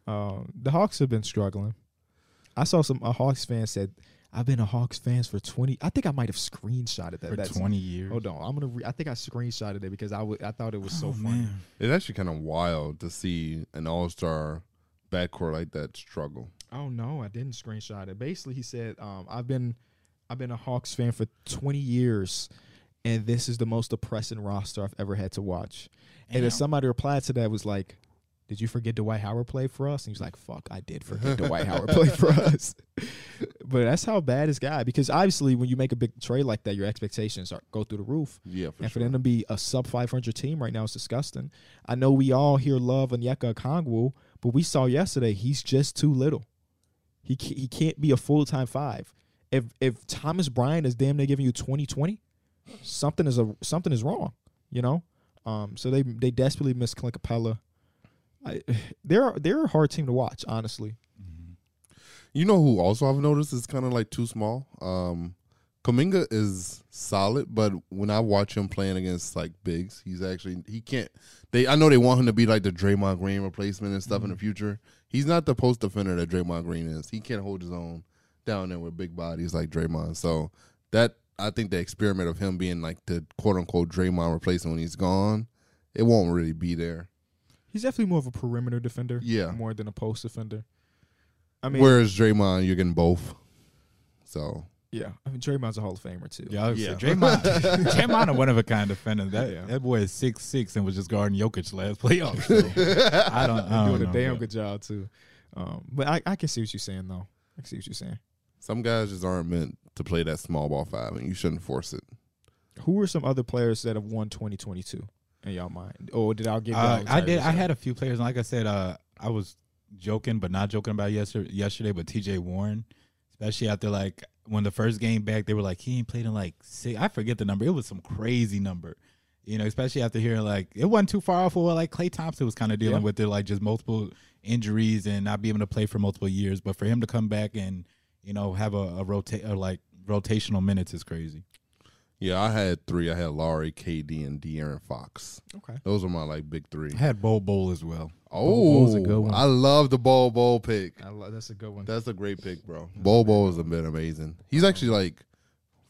Um, the Hawks have been struggling. I saw some a Hawks fan said, "I've been a Hawks fan for 20." I think I might have screenshotted that.
For
That's,
twenty years.
Hold on, I'm gonna. Re- I think I screenshotted it because I would. I thought it was so
Oh,
funny.
man.
it's actually kind of wild to see an all star backcourt like that struggle.
Oh no, I didn't screenshot it. Basically, he said, um, "I've been, I've been a Hawks fan for 20 years, and this is the most depressing roster I've ever had to watch." And
Damn.
if somebody replied to that was like, "Did you forget Dwight Howard played for us?" And he was like, "Fuck, I did forget Dwight Howard played for us." <laughs> but that's how bad this guy. Because obviously, when you make a big trade like that, your expectations are go through the roof.
Yeah, for
and for
sure.
them to be a sub 500 team right now is disgusting. I know we all hear love and Yeka Kongwu, but we saw yesterday he's just too little. He ca- he can't be a full time five. If if Thomas Bryan is damn near giving you 2020, something is a something is wrong. You know, um. So they they desperately miss Clint Capella. I, <sighs> they're they're a hard team to watch, honestly.
You know who also I've noticed is kind of like too small. Um, Kaminga is solid, but when I watch him playing against like bigs, he's actually he can't. They I know they want him to be like the Draymond Green replacement and stuff in the future. He's not the post defender that Draymond Green is. He can't hold his own down there with big bodies like Draymond. So that I think the experiment of him being like the quote unquote Draymond replacement when he's gone, it won't really be there.
He's definitely more of a perimeter defender,
Yeah.
more than a post defender. I
Whereas Draymond, you're getting both. So
yeah, I mean Draymond's a Hall of Famer too.
Yeah, I was-
Yeah.
<laughs>
Draymond, Draymond, a one of a kind defender. That
Yeah.
that boy is six six and was just guarding Jokic last playoff.
<laughs>
So I don't, I
They're
don't
doing
know,
a damn
but-
good job too. Um, but I, I can see what you're saying though. I can see what you're saying.
Some guys just aren't meant to play that small ball five, and you shouldn't force it.
Who are some other players that have won 2022 in y'all mind? Or did I give?
Uh,
y'all
I did. I had a few players. and Like I said, uh, I was joking, but not joking about yesterday. Yesterday, but T.J. Warren, especially after like when the first game back, they were like he ain't played in like six. I forget the number. It was some crazy number. You know, especially after hearing like it wasn't too far off of what like Clay Thompson was kind of dealing
Yeah.
with, it, like just multiple injuries and not being able to play for multiple years. But for him to come back and you know have a, a rotate or like rotational minutes is crazy.
Yeah, I had three. I had Laurie, KD, and De'Aaron Fox.
Okay.
Those were my like big three.
I had Bowl Bowl as well.
Oh,
Bol's a good one.
I love the Bol Bol pick.
I love, that's a good one.
That's a great pick, bro. Bol Bol has been amazing. He's actually like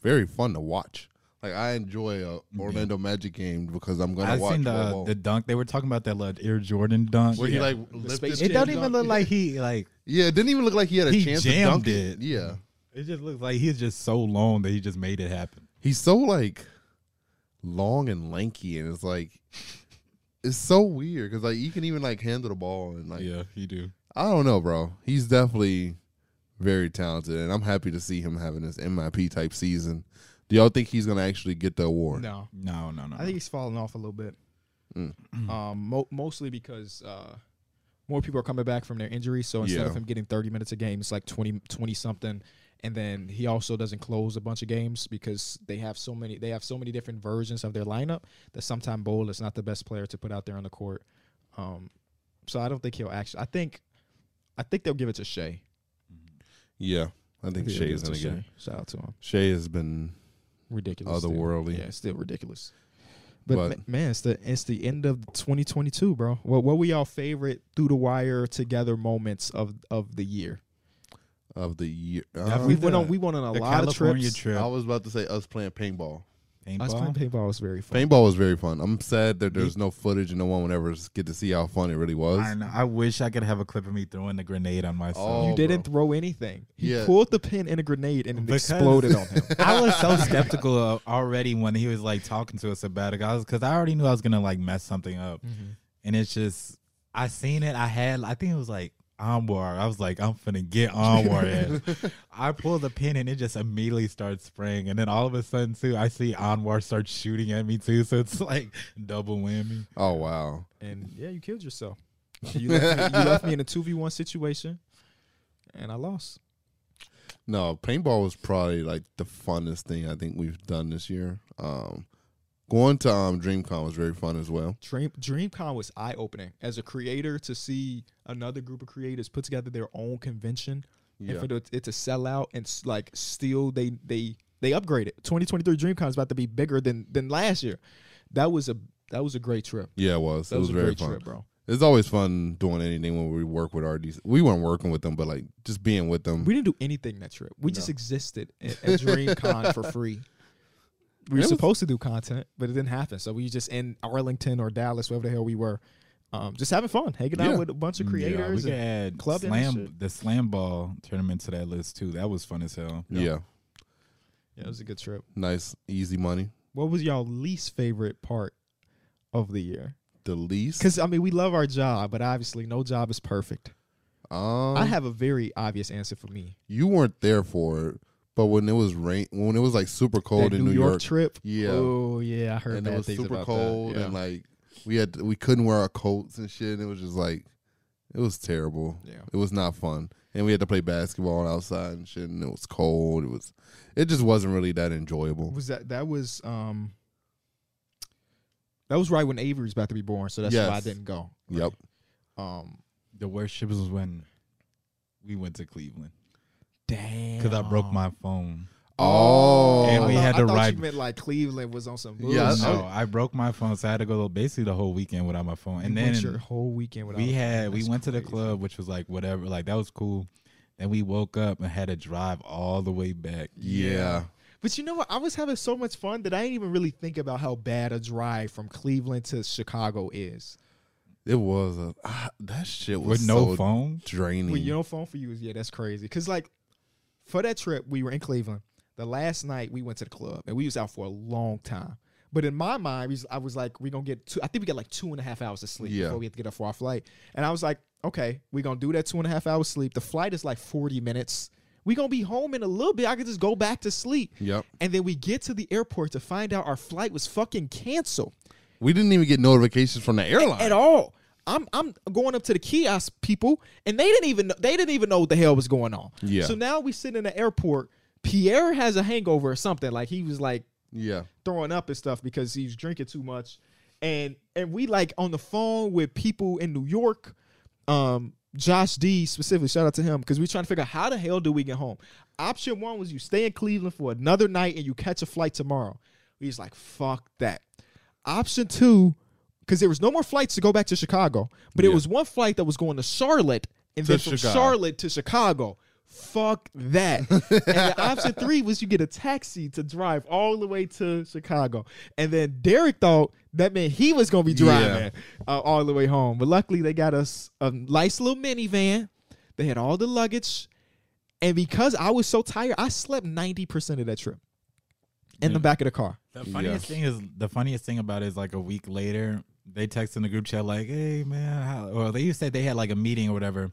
very fun to watch. Like I enjoy a Orlando Magic game because I'm gonna
I
watch
seen
Bol
the
Bol.
the dunk they were talking about that like Air Jordan dunk.
Where he
Yeah.
like lifted
Space
his
It don't
chin
even
dunk.
<laughs>
<laughs>
look like he like.
Yeah, it didn't even look like he had a
He
chance to
jammed
dunk
it.
it. Yeah.
It just looks like he's just so long that he just made it happen.
he's so like long and lanky and it's like it's so weird because like he can even like handle the ball and like
he do.
i don't know bro he's definitely very talented and i'm happy to see him having this mip type season do y'all think he's gonna actually get the award
no,
No, no, no.
I think he's falling off a little bit.
Mm.
<clears throat> Um, mo- mostly because uh, more people are coming back from their injuries. So instead
Yeah.
of him getting 30 minutes a game, it's like 20, 20 something. And then he also doesn't close a bunch of games because they have so many. They have so many different versions of their lineup that sometimes Bowl is not the best player to put out there on the court. Um, so I don't think he'll actually. I think, I think they'll give it to Shea.
yeah i think
they'll give
shay's
it to
gonna get it.
Shea. Shout out to him.
shay has been
Ridiculous. dude.
otherworldly
Yeah, it's still ridiculous. But,
But-
ma- man, it's the it's the end of 2022, bro. What what were y'all favorite through the wire together moments of of the year?
of the year
Definitely
We
Uh,
the-
went on we went on a
the
lot
California
of trips. Oh,
trip.
i was about to say us playing paintball
Us
paintball.
playing paintball was very fun.
paintball was very fun i'm sad that there's no footage and no one would ever get to see how fun it really was
I, know, I wish I could have a clip of me throwing the grenade on myself.
Oh,
you didn't
bro.
throw anything. He
Yeah.
pulled the pin in a grenade and it
Because-
exploded
<laughs>
on him.
I was so skeptical of already when he was like talking to us about it, guys, because I already knew I was gonna like mess something up, and it's just I seen it. I had I think it was like Anwar. I was like, I'm finna get <laughs> Anwar. ass. I pull the pin and it just immediately starts spraying, and then all of a sudden too, I see Anwar start shooting at me too. So it's like double whammy.
oh wow
And yeah, you killed yourself. You left me, you left me in a two v one situation, and I lost.
No, paintball was probably like the funnest thing I think we've done this year. Um, going to um, DreamCon was very fun as well.
Dream DreamCon was eye opening as a creator to see another group of creators put together their own convention and
Yeah.
for the, it to sell out and s- like still they they they upgraded. 2023 DreamCon is about to be bigger than than last year. That was a that was a great trip.
Yeah, it was.
That
it
was,
was,
a
very
great
fun.
trip, bro.
It's always fun doing anything when we work with RDC. We weren't working with them, but like just being with them.
We didn't do anything that trip. We
<laughs>
just existed at, at DreamCon for free. We were
It was-
supposed to do content, but it didn't happen. So we just in Arlington or Dallas, wherever the hell we were, um, just having fun, hanging
Yeah.
out with a bunch of
yeah, we
creators.
could
and-
add
clubbing and
slam
shit.
the slam ball tournament to that list too. That was fun as hell.
Yeah,
yeah, it was a good trip.
nice, easy money.
What was y'all least favorite part of the year?
The least.
Because I mean, we love our job, but obviously, no job is perfect.
Um,
I have a very obvious answer for me.
you weren't there for it, but when it was rain, when it was like super cold
that
in
New, York, trip.
Yeah.
Oh yeah, I heard
and
bad
it was
things
super
about
cold,
that. Yeah.
and like we had we couldn't wear our coats and shit, and it was just like it was terrible.
Yeah.
It was not fun, and we had to play basketball outside and shit, and it was cold. It was, it just wasn't really that enjoyable.
was that that was um that was right when Avery was about to be born, so that's why I
Yes.
didn't go.
Yep.
Um,
The worst shit was when we went to Cleveland
damn,
because I broke my phone.
Oh,
And
I
we
thought-
had
I
to
thought
ride-
You meant like Cleveland was on some.
Yeah,
bullshit.
no, I broke my phone, so I had to go basically the whole weekend without my phone. And
You went
then
your whole weekend without.
we had we
That's
went to the
crazy.
club, which was like whatever, like that was cool. Then we woke up and had to drive all the way back.
yeah.
But you know what? I was having so much fun that I didn't even really think about how bad a drive from Cleveland to Chicago is.
It was a ah, that shit was
with no
so
phone.
draining.
When you know phone for you is yeah, that's crazy. Cause like for that trip, we were in Cleveland. The last night we went to the club and we was out for a long time. But in my mind, we was- I was like, we're gonna get two I think we got like two and a half hours of sleep
Yeah.
before we had to get up for our flight. And I was like, okay, we're gonna do that two and a half hours sleep. The flight is like 40 minutes. we gonna be home in a little bit. I could just go back to sleep.
Yep.
And then we get to the airport to find out our flight was fucking canceled
we didn't even get notifications from the airline.
at all. I'm I'm going up to the kiosk people, and they didn't even know, they didn't even know what the hell was going on.
Yeah.
So now we sit in the airport. Pierre has a hangover or something. Like he was like
Yeah.
throwing up and stuff because he's drinking too much, and and we like on the phone with people in New York. Um, Josh D specifically, shout out to him because we trying to figure out how the hell do we get home. Option one was you stay in Cleveland for another night and you catch a flight tomorrow. We was like, fuck that. Option two, because there was no more flights to go back to Chicago, but it
Yeah.
was one flight that was going to Charlotte and then from
Chicago.
Charlotte to Chicago. Fuck
<laughs>
that. and then option three was you get a taxi to drive all the way to Chicago. And then Derek thought that meant he was going to be driving uh, all the way home. But luckily, they got us a nice little minivan. They had all the luggage. And because I was so tired, I slept 90% of that trip in the back of the car.
The funniest thing is the funniest thing about it is like a week later they text in the group chat like, "Hey man," how, or they said they had like a meeting or whatever,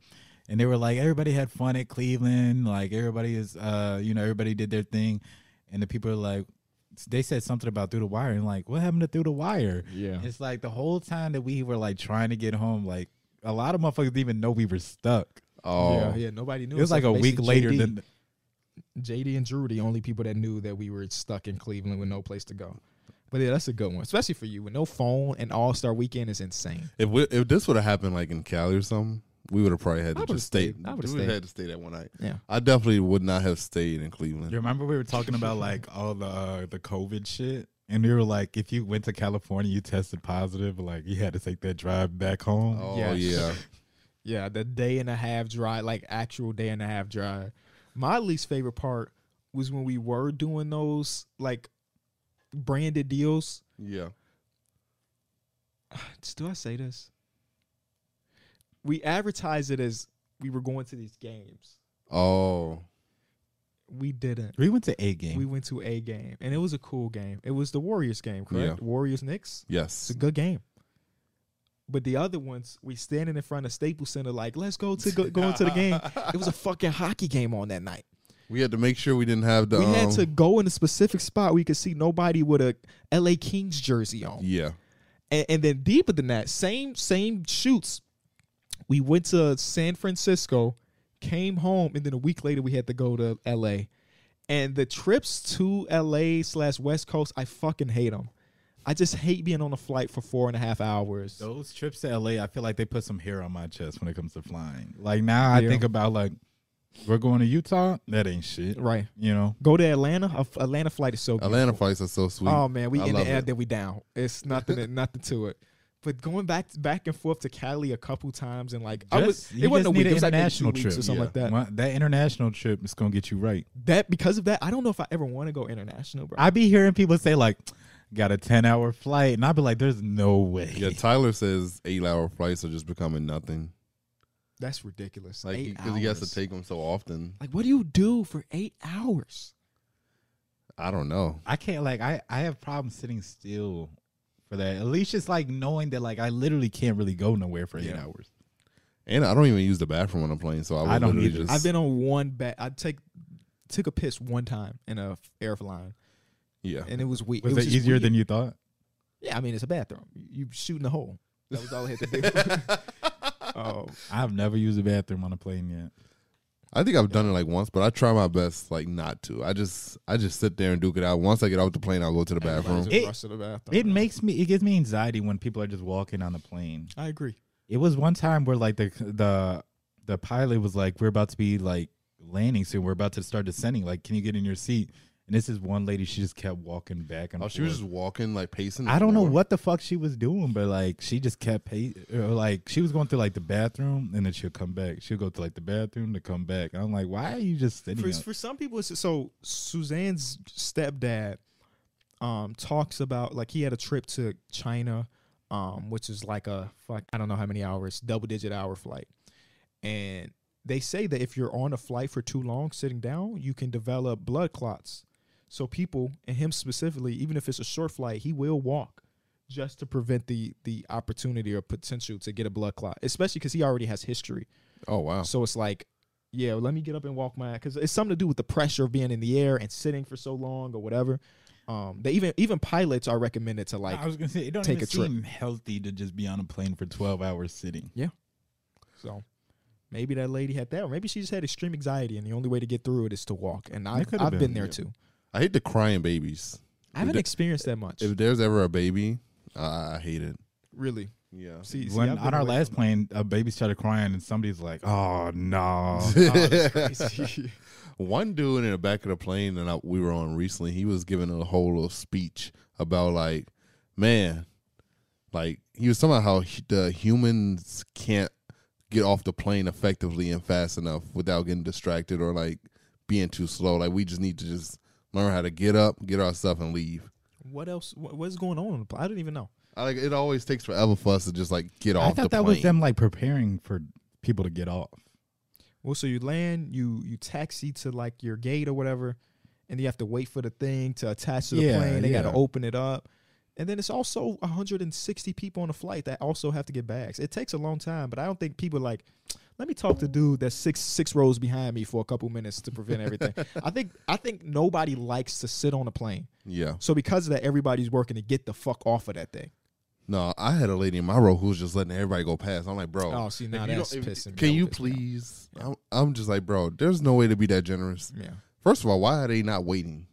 and they were like, "Everybody had fun at Cleveland. Like everybody is, uh, you know, everybody did their thing," and the people are like, they said something about through the wire and like, what happened to through the wire?
Yeah.
it's like the whole time that we were like trying to get home, like a lot of motherfuckers didn't even know we were stuck.
Oh.
Yeah, yeah, nobody knew.
It was like a
except
week
basically
later
JD.
than
JD and Drew, the only people that knew that we were stuck in Cleveland with no place to go. But yeah, that's a good one, especially for you. With no phone and All Star Weekend is insane.
If we, if this would have happened like in Cali or something, we would have probably had
I
to
would've
just stay.
stayed. I would've
we would've
stayed.
had to stay that one night.
Yeah.
I definitely would not have stayed in Cleveland.
You remember we were
<laughs>
talking about like all the uh, the COVID shit, and we were like, if you went to California, you tested positive, like you had to take that drive back home.
Oh
Yes.
yeah,
<laughs> Yeah, the day and a half drive, like actual day and a half drive. My least favorite part was when we were doing those like branded deals. <sighs>
yeah.
Do I say this? We advertised it as we were going to these games.
Oh,
We didn't.
We went to a game.
We went to a game, and it was a cool game. It was the Warriors game, correct? Warriors Knicks. It's
yes.
a good game. But the other ones, we standing in front of Staples Center, like, let's go to go, go into the game. It was a fucking hockey game on that night.
We had to make sure we didn't have the.
We had
um,
to go in a specific spot where you could see nobody with a LA Kings jersey on.
Yeah.
And, and then deeper than that, same same shoots. We went to San Francisco, came home, and then a week later we had to go to L.A. And the trips to L.A. slash West Coast, I fucking hate them. I just hate being on a flight for four and a half hours.
Those trips to LA, I feel like they put some hair on my chest when it comes to flying. Like now,
Yeah.
I think about like we're going to Utah. That ain't shit,
Right.
you know.
Go to Atlanta. A f- Atlanta flight is so good.
Atlanta flights are so sweet.
Oh man, we
I
in the
love
air,
it.
then we down.
<laughs>
It's nothing, nothing to it. But going back back and forth to Cali a couple times and like I
Just-
was,
you
it wasn't
just
a
need
week,
an
it was like maybe two
international
weeks
trip.
or something
Yeah.
like that.
Well, that international trip is gonna get you right.
that because of that, I don't know if I ever want to go international, bro.
I be hearing people say like, got a ten hour flight, and I'd be like, "There's no way."
Yeah, Tyler says eight hour flights are just becoming nothing.
That's ridiculous.
Like
Eight
because he has
hours.
to take them so often.
Like, what do you do for eight hours?
I don't know.
I can't like I I have problems sitting still for that. At least it's like knowing that like I literally can't really go nowhere for eight
Yeah.
hours.
And I don't even use the bathroom on a plane, so I, would
I don't
literally
either.
just.
I've been on one bat. I take took a piss one time in a f- airline,
yeah.
and it was weak. it
Was it,
was just
easier
weird.
than you thought?
Yeah, I mean, it's a bathroom. You, you shooting a hole. That was all I had to
<laughs>
do. um,
I've never used a bathroom on a plane yet.
I think I've done it like once, but I try my best like not to. I just I just sit there and duke it out. Once I get off the plane, I'll go to the bathroom.
It-
rush to the bathroom.
It makes me it gives me anxiety when people are just walking on the plane.
I agree.
It was one time where like the the the pilot was like, "We're about to be like landing soon. We're about to start descending. Like, can you get in your seat?" And this is one lady. She just kept walking back and
Oh, she was
forth.
just walking like pacing. the
I don't know
floor.
what the fuck she was doing, but like she just kept pay- or like she was going through like the bathroom and then she'll come back. She'll go to like the bathroom to come back. And I'm like, why are you just sitting?
For,
up?
for some people, it's so Suzanne's stepdad um, talks about like he had a trip to China, um, which is like a fuck I don't know how many hours, double digit hour flight, and they say that if you're on a flight for too long sitting down, you can develop blood clots. So people and him specifically, even if it's a short flight, he will walk just to prevent the the opportunity or potential to get a blood clot, especially because he already has history.
Oh wow.
So it's like, yeah, let me get up and walk my because it's something to do with the pressure of being in the air and sitting for so long or whatever. Um, they even even pilots are recommended to like
I was gonna say it don't
take
even
a trip.
seem healthy to just be on a plane for 12 hours sitting.
so. Maybe that lady had that, or maybe she just had extreme anxiety, and the only way to get through it is to walk. And I,
could've
I've been,
been,
there
yeah.
too.
I hate the crying babies.
I haven't
the-
experienced that much,
If there's ever a baby, I I hate it.
really.
Yeah.
See, see,
when
I've been
on our
away
last
from
plane, a baby started crying and somebody's like, "Oh <laughs> no."
that. Oh,
<laughs>
that's crazy.
One dude in the back of the plane that I, we were on recently, he was giving a whole little speech about like, man, like he was talking about how hu- the humans can't get off the plane effectively and fast enough without getting distracted or like being too slow. Like we just need to just learn how to get up, get our stuff, and leave.
what else? What, what's going on? on the pl- I don't even know.
I, like it always takes forever for us to just like get
I
off the
thought that
plane.
was them like preparing for people to get off.
Well, so you land, you you taxi to like your gate or whatever, and you have to wait for the thing to attach to the
Yeah,
plane. They got
yeah.
to open it up, and then it's also 160 people on a flight that also have to get bags. It takes a long time, but I don't think people like. Let me talk to dude that's six six rows behind me for a couple minutes to
<laughs>
prevent everything. I think I think nobody likes to sit on a plane.
yeah.
So because of that, everybody's working to get the fuck off of that thing.
No, I had a lady in my row who was just letting everybody go past. I'm like, bro.
Oh, see now
if you
that's
don't- if-
pissing. me.
Can
That
you
would piss me off.
please? I'm, I'm just like, bro. There's no way to be that generous.
Yeah.
First of all, why are they not waiting?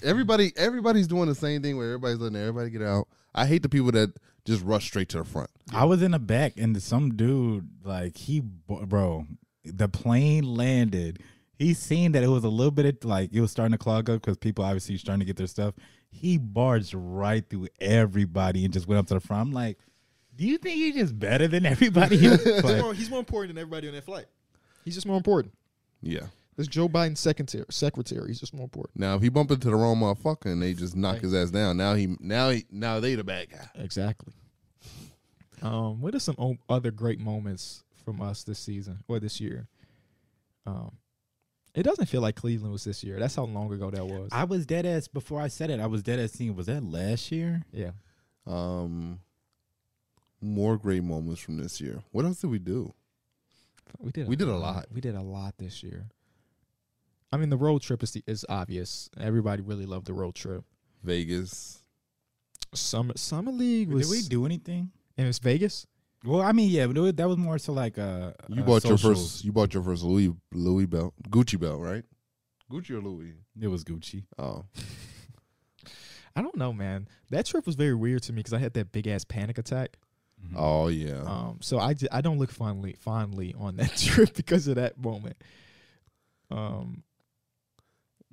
Everybody, everybody's doing the same thing where everybody's letting everybody get out. I hate the people that just rush straight to the front.
I was in the back, and some dude, like he, bo- bro, the plane landed. He seen that it was a little bit of, like it was starting to clog up because people obviously starting to get their stuff. He barged right through everybody and just went up to the front. I'm like, do you think you're just better than everybody?
<laughs>
He's
But
more, he's more important than everybody on that flight. He's just more important.
Yeah.
That's Joe Biden's secretary. Secretary. He's just more important.
Now, if he bump into the wrong motherfucker and they just knock his ass down, now he, now he, now they the bad guy.
Exactly. <laughs> Um, what are some o- other great moments from us this season or this year? Um, it doesn't feel like Cleveland was this year. That's how long ago that was.
I was dead ass before I said it. I was dead ass seeing was that last year?
yeah.
Um, more great moments from this year. What else did we do?
We did.
We did a lot.
We did a lot this year. I mean, the road trip is the, is obvious. Everybody really loved the road trip.
Vegas.
Summer Summer League was.
Did we do anything?
And it's Vegas.
Well, I mean, yeah, but it was, that was more so like uh
You
uh,
bought your
socials.
first. You bought your first Louis Louis belt, Gucci belt, right? Gucci or Louis?
It was Gucci.
Oh,
I don't know, man. That trip was very weird to me because I had that big ass panic attack.
oh yeah.
Um, so I, ju- I don't look fondly fondly on that <laughs> trip because of that moment. Um,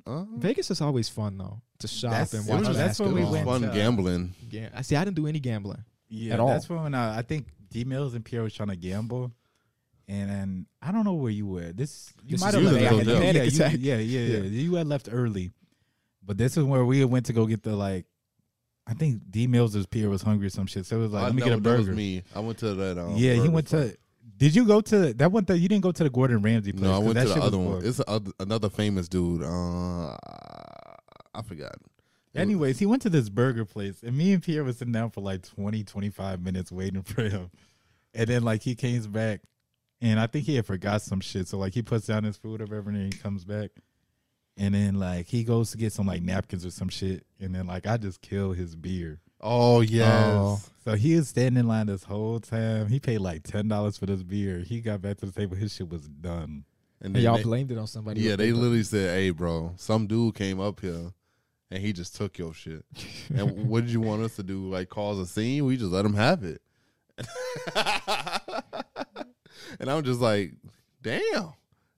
Uh,
Vegas is always fun though to shop
That's-
and
it
watch
was- that's when
basketball.
we went
fun
to- uh,
gambling.
Yeah, I see. I didn't do any gambling.
yeah,
at all.
That's when uh, I think D Mills and Pierre was trying to gamble, and then I don't know where you were. This you
This
might
is
have
you
left.
that
Yeah,
had the
yeah,
panic
you-
attack.
yeah, yeah, yeah,
Yeah.
You had left early, but this is where we went to go get the like. I think D Mills' peer was hungry or some shit. So it was like,
I
let me
know
get a
that was
burger.
me. I went to that. Um,
yeah, he
burger
went
place.
to. Did you go to that one? That you didn't go to the Gordon Ramsay place.
No, I
'cause
went
that
to the
shit was
other one.
for-
It's a, oth- another famous dude. Uh, I forgot.
Anyways, he went to this burger place, and me and Pierre was sitting down for like 20, 25 minutes waiting for him. And then, like, he came back, and I think he had forgot some shit. So, like, he puts down his food or whatever, and then he comes back. And then, like, he goes to get some, like, napkins or some shit. And then, like, I just kill his beer.
Oh yes.
Oh, so he was standing in line this whole time. He paid like $10 for this beer. He got back to the table. His shit was done.
And
And
then
y'all
they-
blamed it on somebody.
yeah, they literally said, "Hey, bro, some dude came up here, and he just took your shit." and
<laughs>
what did you want us to do? Like cause a scene? We just let him have it. <laughs> and I'm just like, "Damn,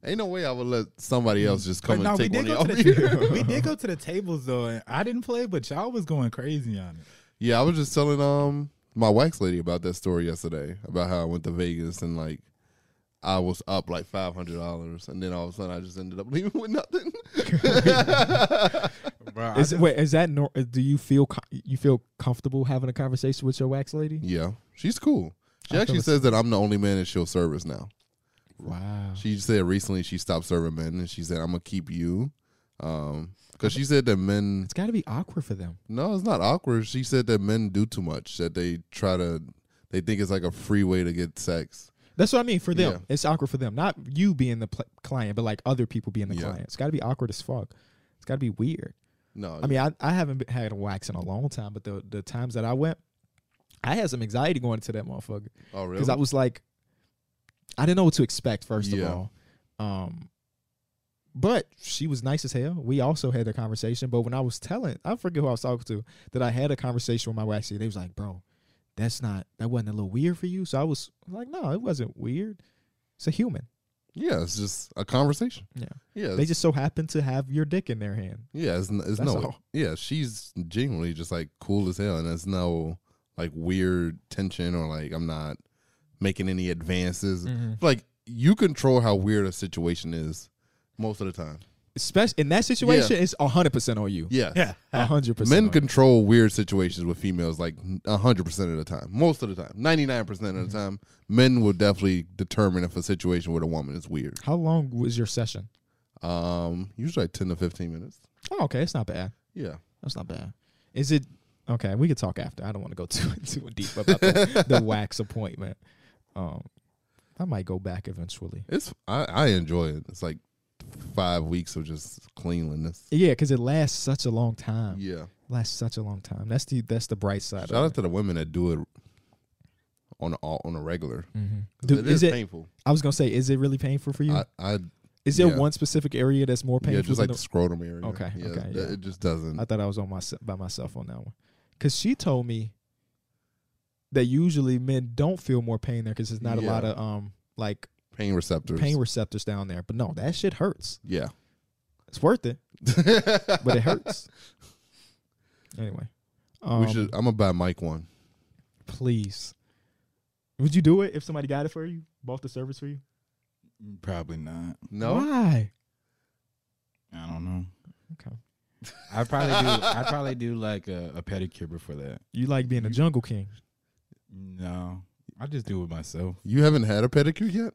ain't no way I would let somebody else just come and
But no, we
take
did,
one
go
of
to
your <laughs>
the,
beer."
<laughs> we did go to the tables, though. And I didn't play, but y'all was going crazy on it.
yeah, I was just telling um my wax lady about that story yesterday about how I went to Vegas and like. I was up like five hundred dollars, and then all of a sudden I just ended up <laughs> leaving with nothing.
Bro,
Is, wait, is that nor- uh, do you feel co- you feel comfortable having a conversation with your wax lady?
Yeah, she's cool. She
I feel
actually
the
says that I'm the only man in show service now.
Wow.
She said recently she stopped serving men, and she said I'm gonna keep you, um, because she said that men.
It's got to be awkward for them.
No, it's not awkward. She said that men do too much. That they try to, they think it's like a free way to get sex.
That's what I mean for them.
Yeah.
It's awkward for them. Not you being the pl- client, but like other people being the
Yeah.
client. It's got to be awkward as fuck. It's got to be weird.
No,
I mean, I, I haven't been, had a wax in a long time, but the the times that I went, I had some anxiety going into that motherfucker
oh really?
because I was like, I didn't know what to expect first
Yeah.
of all. Um, but she was nice as hell. We also had a conversation, but when I was telling, I forget who I was talking to, that I had a conversation with my wax lady. They was like, bro, that's not that wasn't a little weird for you. So I was like, no, it wasn't weird. It's a human.
yeah, it's just a conversation.
Yeah.
yeah,
They
it's-
just so happen to have your dick in their hand.
yeah. It's, n- it's
That's
no,
all.
yeah. She's genuinely just like cool as hell, and there's no like weird tension or like I'm not making any advances. Like you control how weird a situation is most of the time.
Especially in that situation, it's it's hundred percent on you.
Yeah.
yeah.
hundred percent.
Men control weird situations with females like 100% of the time. Most of the time. 99% of the
Mm-hmm.
time, men will definitely determine if a situation with a woman is weird.
How long was your session?
Um, usually like 10 to 15 minutes.
Oh, okay, it's not bad.
Yeah.
That's not bad. Is it okay? We could talk after. I don't want to go <laughs> too too deep about the,
<laughs>
the wax appointment. Um, I might go back eventually.
It's I, I enjoy it. It's like 5 weeks of just cleanliness.
Yeah, because it lasts such a long time.
Yeah.
Lasts such a long time. That's the that's the bright side.
Shout out
of it.
to the women that do it on a, on a regular.
Mhm.
'Cause
Do-
it
is
is,
it?
painful.
I was gonna say, is it really painful for you?
I, I
is there
yeah.
one specific area that's more painful?
yeah, just
than
like
the-
the scrotum area.
Okay,
Yeah,
okay,
it-
yeah.
It just doesn't.
I thought I was on my by myself on that one, because she told me that usually men don't feel more pain there because there's not a lot
Yeah.
of um like
pain receptors.
pain receptors down there. But no, that shit hurts.
yeah.
It's worth it, but
but
it hurts. anyway,
<laughs>
um,
we should. I'm gonna buy Mike one.
please. Would you do it if somebody got it for you, bought the service for you?
Probably not.
No,
Why?
I don't know.
Okay.
I probably do. I probably do like a, a pedicure before that.
You like being a
You-
jungle king?
No, I just do it myself.
you haven't had a pedicure yet.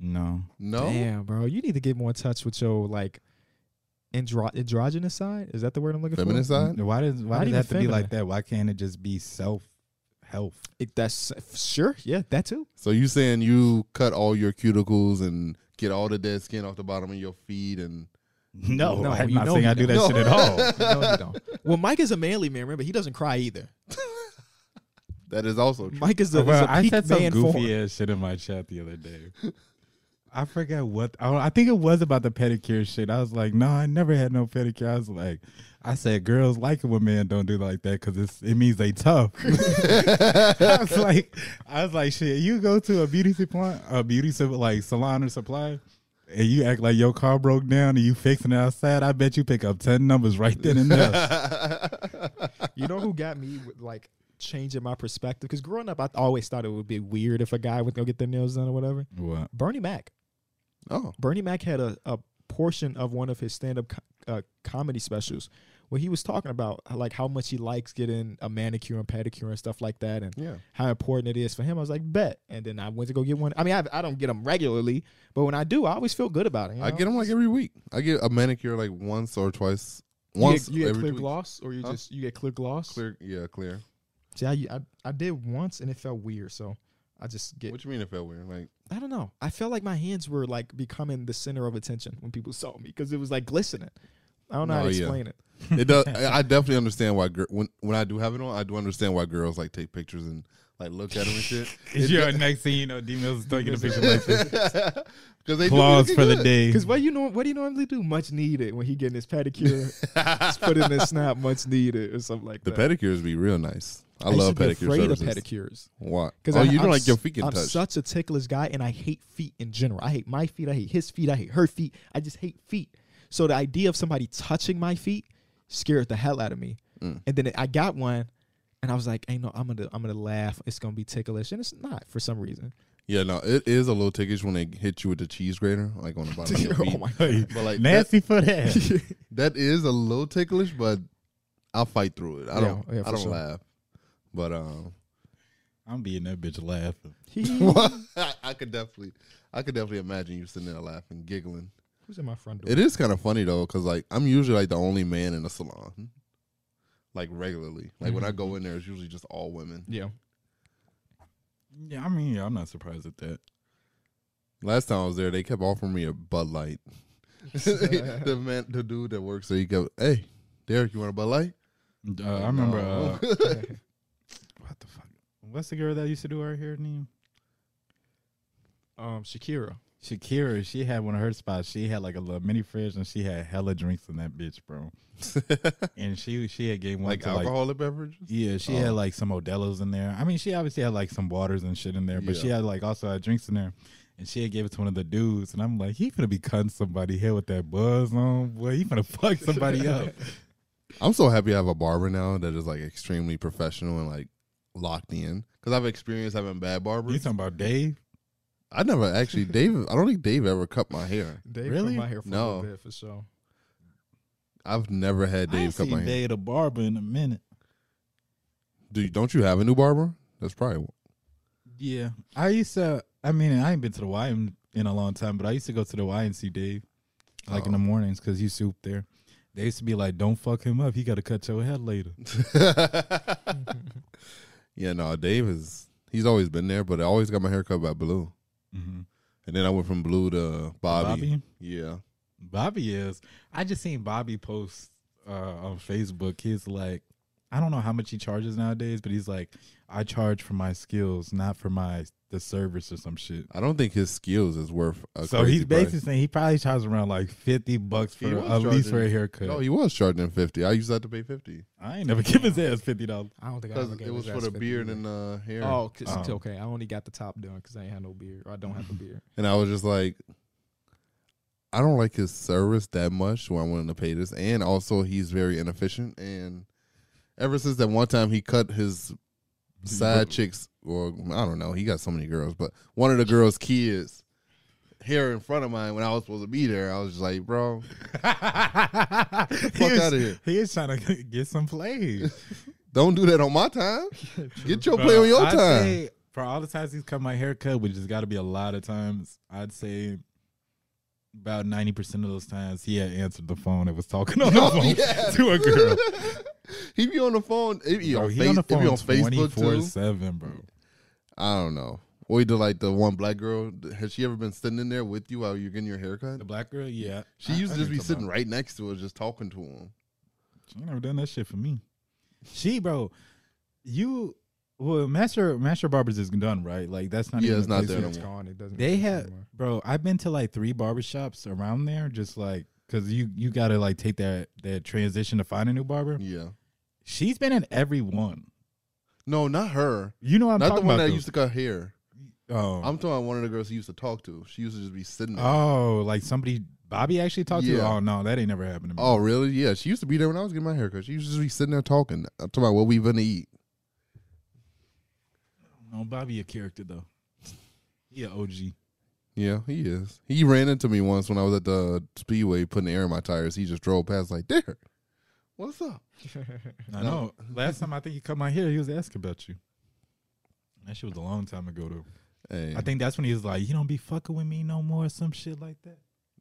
No,
No,
Damn, bro, you need to get more in touch with your like andro- androgynous side. Is that the word I'm looking for?
feminine side.
why does
Not
why
even
does it have to be
feminine.
like that? Why can't it just be self health?
It, that's sure, yeah, that too.
So you saying you cut all your cuticles and get all the dead skin off the bottom of your feet and
No,
No,
I'm
you
not
know
saying
you
I do that
don't.
shit at
<laughs>
all.
No, you don't. Well, Mike is a manly man. Remember, he doesn't cry either.
that is also true.
Mike is a,
Bro,
is a
I
peak
said some
man
goofy
form.
ass shit in my chat the other day. I forgot what I, I think it was about the pedicure shit. I was like, no, I never had no pedicure. I was like, I said girls like it when men don't do like that because it's it means they tough. <laughs> I was like, I was like, shit. You go to a beauty supply, a beauty sup- like salon or supply, and you act like your car broke down and you fixing it outside. I bet you pick up ten numbers right then and <laughs> there.
You know who got me with like changing my perspective? Because growing up, I always thought it would be weird if a guy would go get their nails done or whatever.
what?
Bernie Mac.
<laughs> oh,
Bernie Mac had a, a portion of one of his stand up co- uh, comedy specials where he was talking about uh, like how much he likes getting a manicure and pedicure and stuff like that, and
Yeah.
how important it is for him. I was like, bet. And then I went to go get one. I mean, I, I don't get them regularly, but when I do, I always feel good about it. you
I
know?
get them like every week. I get a manicure like once or twice. Once
you get, you get
every
clear
two weeks.
gloss, or you
Huh?
just you get clear gloss.
Clear, yeah, clear.
See, I, I I did once and it felt weird, so I just get.
What you mean it felt
<laughs>
weird? Like
I don't know. I felt like my hands were like becoming the center of attention when people saw me because it was like glistening. I don't know how
No,
to
Oh, yeah.
explain it.
it does. I I definitely understand why gir- when when I do have it on, I do understand why girls like take pictures and like look at them and shit.
Is your next thing you know, D Mills is taking a
<laughs>
picture like this.
Because they do
Applause
look
for
<laughs>
the
good.
<laughs>
day.
Because what you know, what do you normally do? Much needed when he getting
<laughs>
his pedicure, just put in a snap. Much needed or something like
The
that.
pedicures be real nice. I, love
used to be
pedicure
afraid
services.
of pedicures.
Why?
'Cause
oh,
I-
you
I'm
don't like your
s-
feet getting
I'm
touched.
such a ticklish guy, and I hate feet in general. I hate my feet. I hate his feet. I hate her feet. I just hate feet. So the idea of somebody touching my feet scared the hell out of me.
Mm.
And then I got one, and I was like, "Ain't no, I'm gonna, I'm gonna laugh. It's gonna be ticklish, and it's not for some
<laughs>
reason."
yeah, no, it is a little ticklish when they hit you with the cheese grater, like on the bottom of
<laughs>
your feet.
oh my god!
Hey,
<laughs> But like that,
Nasty for <laughs> that.
that is a little ticklish, but I'll fight through it. I
Yeah,
don't.
yeah,
I
for
don't
sure.
laugh. But
<laughs>
um, <laughs>
I'm being that bitch laughing.
I, I could definitely, I could definitely imagine you sitting there laughing, giggling.
Who's in my front door?
It is kind of funny though, because like I'm usually like the only man in the salon, like regularly. Like when I
Mm-hmm.
go in there, it's usually just all women. <laughs>
yeah,
Yeah, I mean, yeah, I'm not surprised at that.
Last time I was there, they kept offering me a Bud Light. <laughs> the man, the dude that works there, he go, "Hey, Derek, you want a Bud Light?"
Uh, I remember.
<laughs>
<laughs> Uh, what the fuck? What's the girl that used to do her hair name?
um, Shakira.
Shakira. She had one of her spots. She had like a little mini fridge, and she had hella drinks in that bitch, bro. <laughs> and she she had gave one
like
to like.
alcoholic beverages.
Yeah, she
Oh.
had like some Modelo's in there. I mean, she obviously had like some waters and shit in there, but she
Yeah.
had like also had drinks in there. And she had gave it to one of the dudes, and I'm like, he finna be cutting somebody here with that buzz on, boy. He finna <laughs> fuck somebody up.
<laughs> I'm so happy I have a barber now that is like extremely professional and like locked in. Because I've experienced having bad
You
barbers.
talking about Dave?
I never actually Dave. I don't think Dave ever cut my hair.
Dave
Really?
cut my hair for a
No.
little bit for sure.
I've never had
I
Dave
ain't
cut my hair.
seen Dave the barber in a minute.
Do you, don't you have a new barber? That's
<laughs>
probably
Yeah, I used to. I mean, I ain't been to the Y in, in a long time, but I used to go to the Y and see Dave, like
Oh.
in the mornings, because he souped there. They used to be like, "Don't fuck him up. He got to cut your head later."
<laughs> <laughs> yeah. No, Dave is he's always been there, but I always got my hair cut by Blue,
Mhm.
and then I went from Blue to Bobby.
Bobby?
Yeah,
Bobby is. I just seen Bobby post uh, on Facebook. He's like, I don't know how much he charges nowadays, but he's like, I charge for my skills, not for my the service or some shit.
I don't think his skills is worth. A
so
crazy
he's basically saying he probably charges around like fifty bucks for
He was
at least for a
charging-
haircut.
No, he was charging fifty. I used to have to pay fifty
I ain't never <laughs> give his ass fifty dollars. <laughs>
I don't think I
because
ever gave
it was
his
for
ass
the
50
beard
either.
and uh, hair.
Oh, 'cause it's
Oh.
okay. I only got the top done because I ain't had no beard. Or I don't have a beard.
And I was just like, I don't like his service that much when I'm willing to pay this. And also, he's very inefficient. And ever since that one time he cut his side chicks, or I don't know, he got so many girls, but one of the girls' kids here in front of mine when I was supposed to be there, I was just like, bro,
fuck
outta here.
He is trying to <laughs> get some play.
don't do that on my
<laughs>
time. Get your play on your
I'd
time. <laughs>
say for all the times he's cut my haircut, which has got to be a lot of times, I'd say about ninety percent of those times he had answered the phone and was talking on
<laughs>
the
Oh,
<laughs> phone
yeah.
to a girl.
he be on the phone. <laughs> He be
Bro,
on,
he
face,
on the
he be on
phone twenty
Facebook
four
too.
seven, bro.
I don't know. Or either like the one black girl. Has she ever been sitting in there with you while you're getting your haircut?
The black girl, yeah,
She
I-
used
I
to just
think
be
so,
sitting
bro.
right next to us, just talking to him.
She ain't never done that shit for me. She, bro, you. Well, master master barbers is done, right? Like that's not
Yeah,
even
it's
a
not
place
there
yet.
no
It's
more.
gone. It doesn't.
They
exist
have,
anymore.
bro. I've been to like three barbershops around there, just like because you you gotta like take that that transition to find a new barber.
Yeah.
She's been in every one.
No, not her.
You know what I'm
not the
talking
one
about.
that
though.
used to cut hair.
oh,
I'm talking about one of the girls he used to talk to. She used to just be sitting there.
oh, like somebody Bobby actually talked to.
Yeah.
Oh no, that ain't never happened to me.
oh, really? Yeah. She used to be there when I was getting my haircut. She used to just be sitting there talking. I'm talking about what we gonna eat.
no, Bobby a character though. He a OG.
Yeah, he is. He ran into me once when I was at the speedway putting air in my tires. He just drove past like, there. What's up?
I know. Last time I think he come out here, he was asking about you. That shit was a long time ago though.
Hey,
I think that's when he was like, "You don't be fucking with me no more," or some shit like that.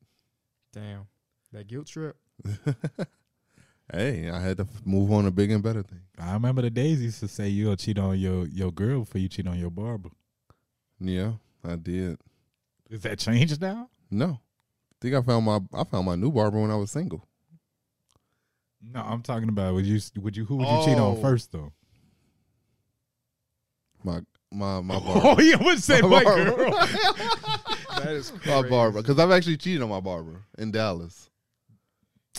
<laughs> Damn. That guilt trip.
<laughs> hey, I had to f- move on to big and better things.
I remember the days he used to say you'll cheat on your your girl before you cheat on your barber.
Yeah, I did.
Is that changed now?
No, think I found my I found my new barber when I was single.
No, I'm talking about would you would you who would you cheat on
Oh.
first though?
My my <laughs>
<laughs>
my
Oh,
barber.
you would say my
barber.
girl.
That is
my barber, because I've actually cheated on my barber in Dallas.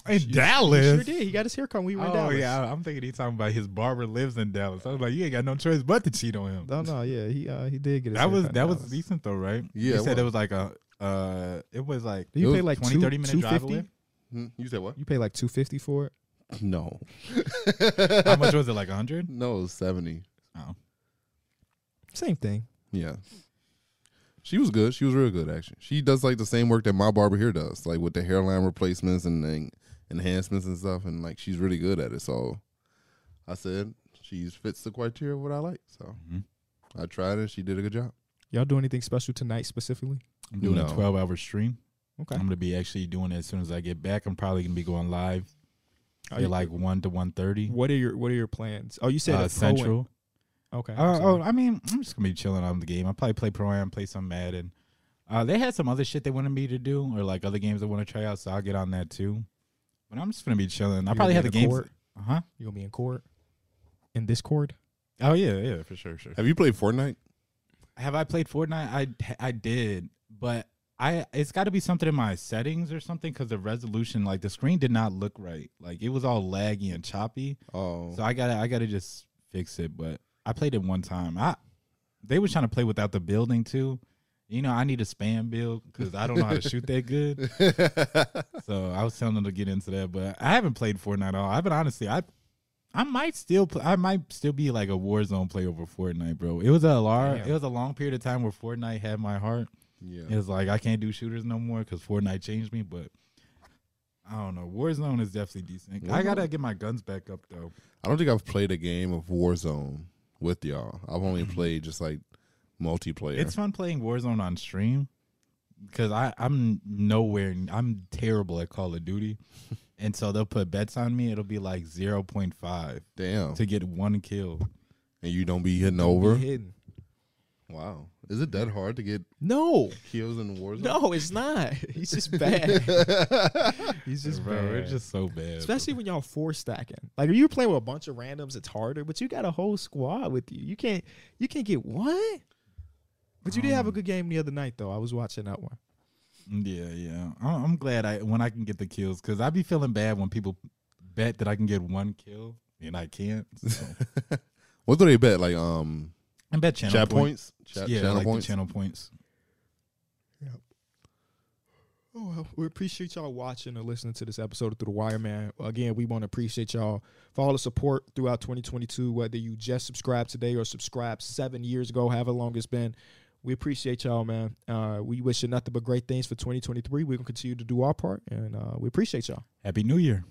in
He
Dallas.
sure did. He got his hair cut when we went
oh
down. Dallas.
yeah, I- I'm thinking he's talking about his barber lives in Dallas. I was like, you ain't got no choice but to cheat on him.
No, no, yeah. He uh, he did get his
That
hair
was
cut in
that was
Dallas.
decent though, right?
Yeah,
you
it
said it was like a uh, it was like
Did you
It
pay
was
like
20, 30 minute drive
250?
away?
Hmm, You said what?
You pay like 250 for it?
No,
how much was it? Like
<laughs>
hundred?
no, it was seventy.
Oh,
Same thing.
Yeah. She was good. She was real good, actually. She does like the same work that my barber here does, like with the hairline replacements and, and enhancements and stuff. And like, she's really good at it. So I said she fits the criteria of what I like. So
Mhm.
I tried it. She did a good job.
Y'all do anything special tonight specifically?
I'm doing
No.
a 12 hour stream.
Okay.
I'm gonna be actually doing it as soon as I get back. I'm probably gonna be going live.
Are
at
Oh, you-
like one to one thirty.
What are your What are your plans? Oh, you said
Uh,
a pro and-
Central.
Okay.
Uh,
I'm
oh,
sorry.
I mean, I'm just gonna be chilling on the game. I probably play pro am, play some Madden. Uh, they had some other shit they wanted me to do, or like other games they want to try out, so I'll get on that too. But I'm just gonna be chilling. I
You gonna
probably
be
have the
in
games.
court?
Uh huh.
You gonna be in court? In this court?
Oh yeah, yeah, for sure, sure.
Have you played Fortnite?
Have I played Fortnite? I I did, but I it's got to be something in my settings or something because the resolution, like the screen, did not look right. Like it was all laggy and choppy.
<laughs> Oh,
So I gotta I gotta just fix it. But I played it one time. I they was trying to play without the building too. You know, I need a spam build because I don't know how to shoot that good.
<laughs>
So I was telling them to get into that, but I haven't played Fortnite at all. I've been honestly, I I might still pl- I might still be like a Warzone player over Fortnite, bro. It was a lar-
Damn.
it was a long period of time where Fortnite had my heart.
yeah.
It's like I can't do shooters no more because Fortnite changed me, but. I don't know. Warzone is definitely decent. I gotta get my guns back up though.
I don't think I've played a game of Warzone with y'all. I've only played just like multiplayer.
It's fun playing Warzone on stream because I I'm nowhere. I'm terrible at Call
<laughs>
of Duty, and so they'll put bets on me. It'll be like zero point five
Damn.
to get one kill.
And you don't be hitting over?
Be hidden.
Wow. Is it that hard to get
No,
kills in Warzone?
no, it's not. <laughs> He's just
<laughs>
bad. He's just
bro,
bad.
it's just so bad.
Especially when y'all four stacking. Like if you're playing with a bunch of randoms, it's harder. But you got a whole squad with you. You can't. You can't get one. But you did have a good game the other night, though. I was watching that one.
yeah, yeah. I'm, I'm glad I when I can get the kills because I be feeling bad when people bet that I can get one kill and I can't. So.
What do they bet? Like um
I bet channel
chat
points.
points? Chat,
yeah,
channel
like the
points.
channel points.
Oh, well, we appreciate y'all watching or listening to this episode of Through the Wire, man. Again, we want to appreciate y'all for all the support throughout 2022, whether you just subscribed today or subscribed seven years ago, however long it's been. We appreciate y'all, man. Uh, we wish you nothing but great things for 2023. We're going to continue to do our part, and uh, we appreciate y'all.
Happy New Year.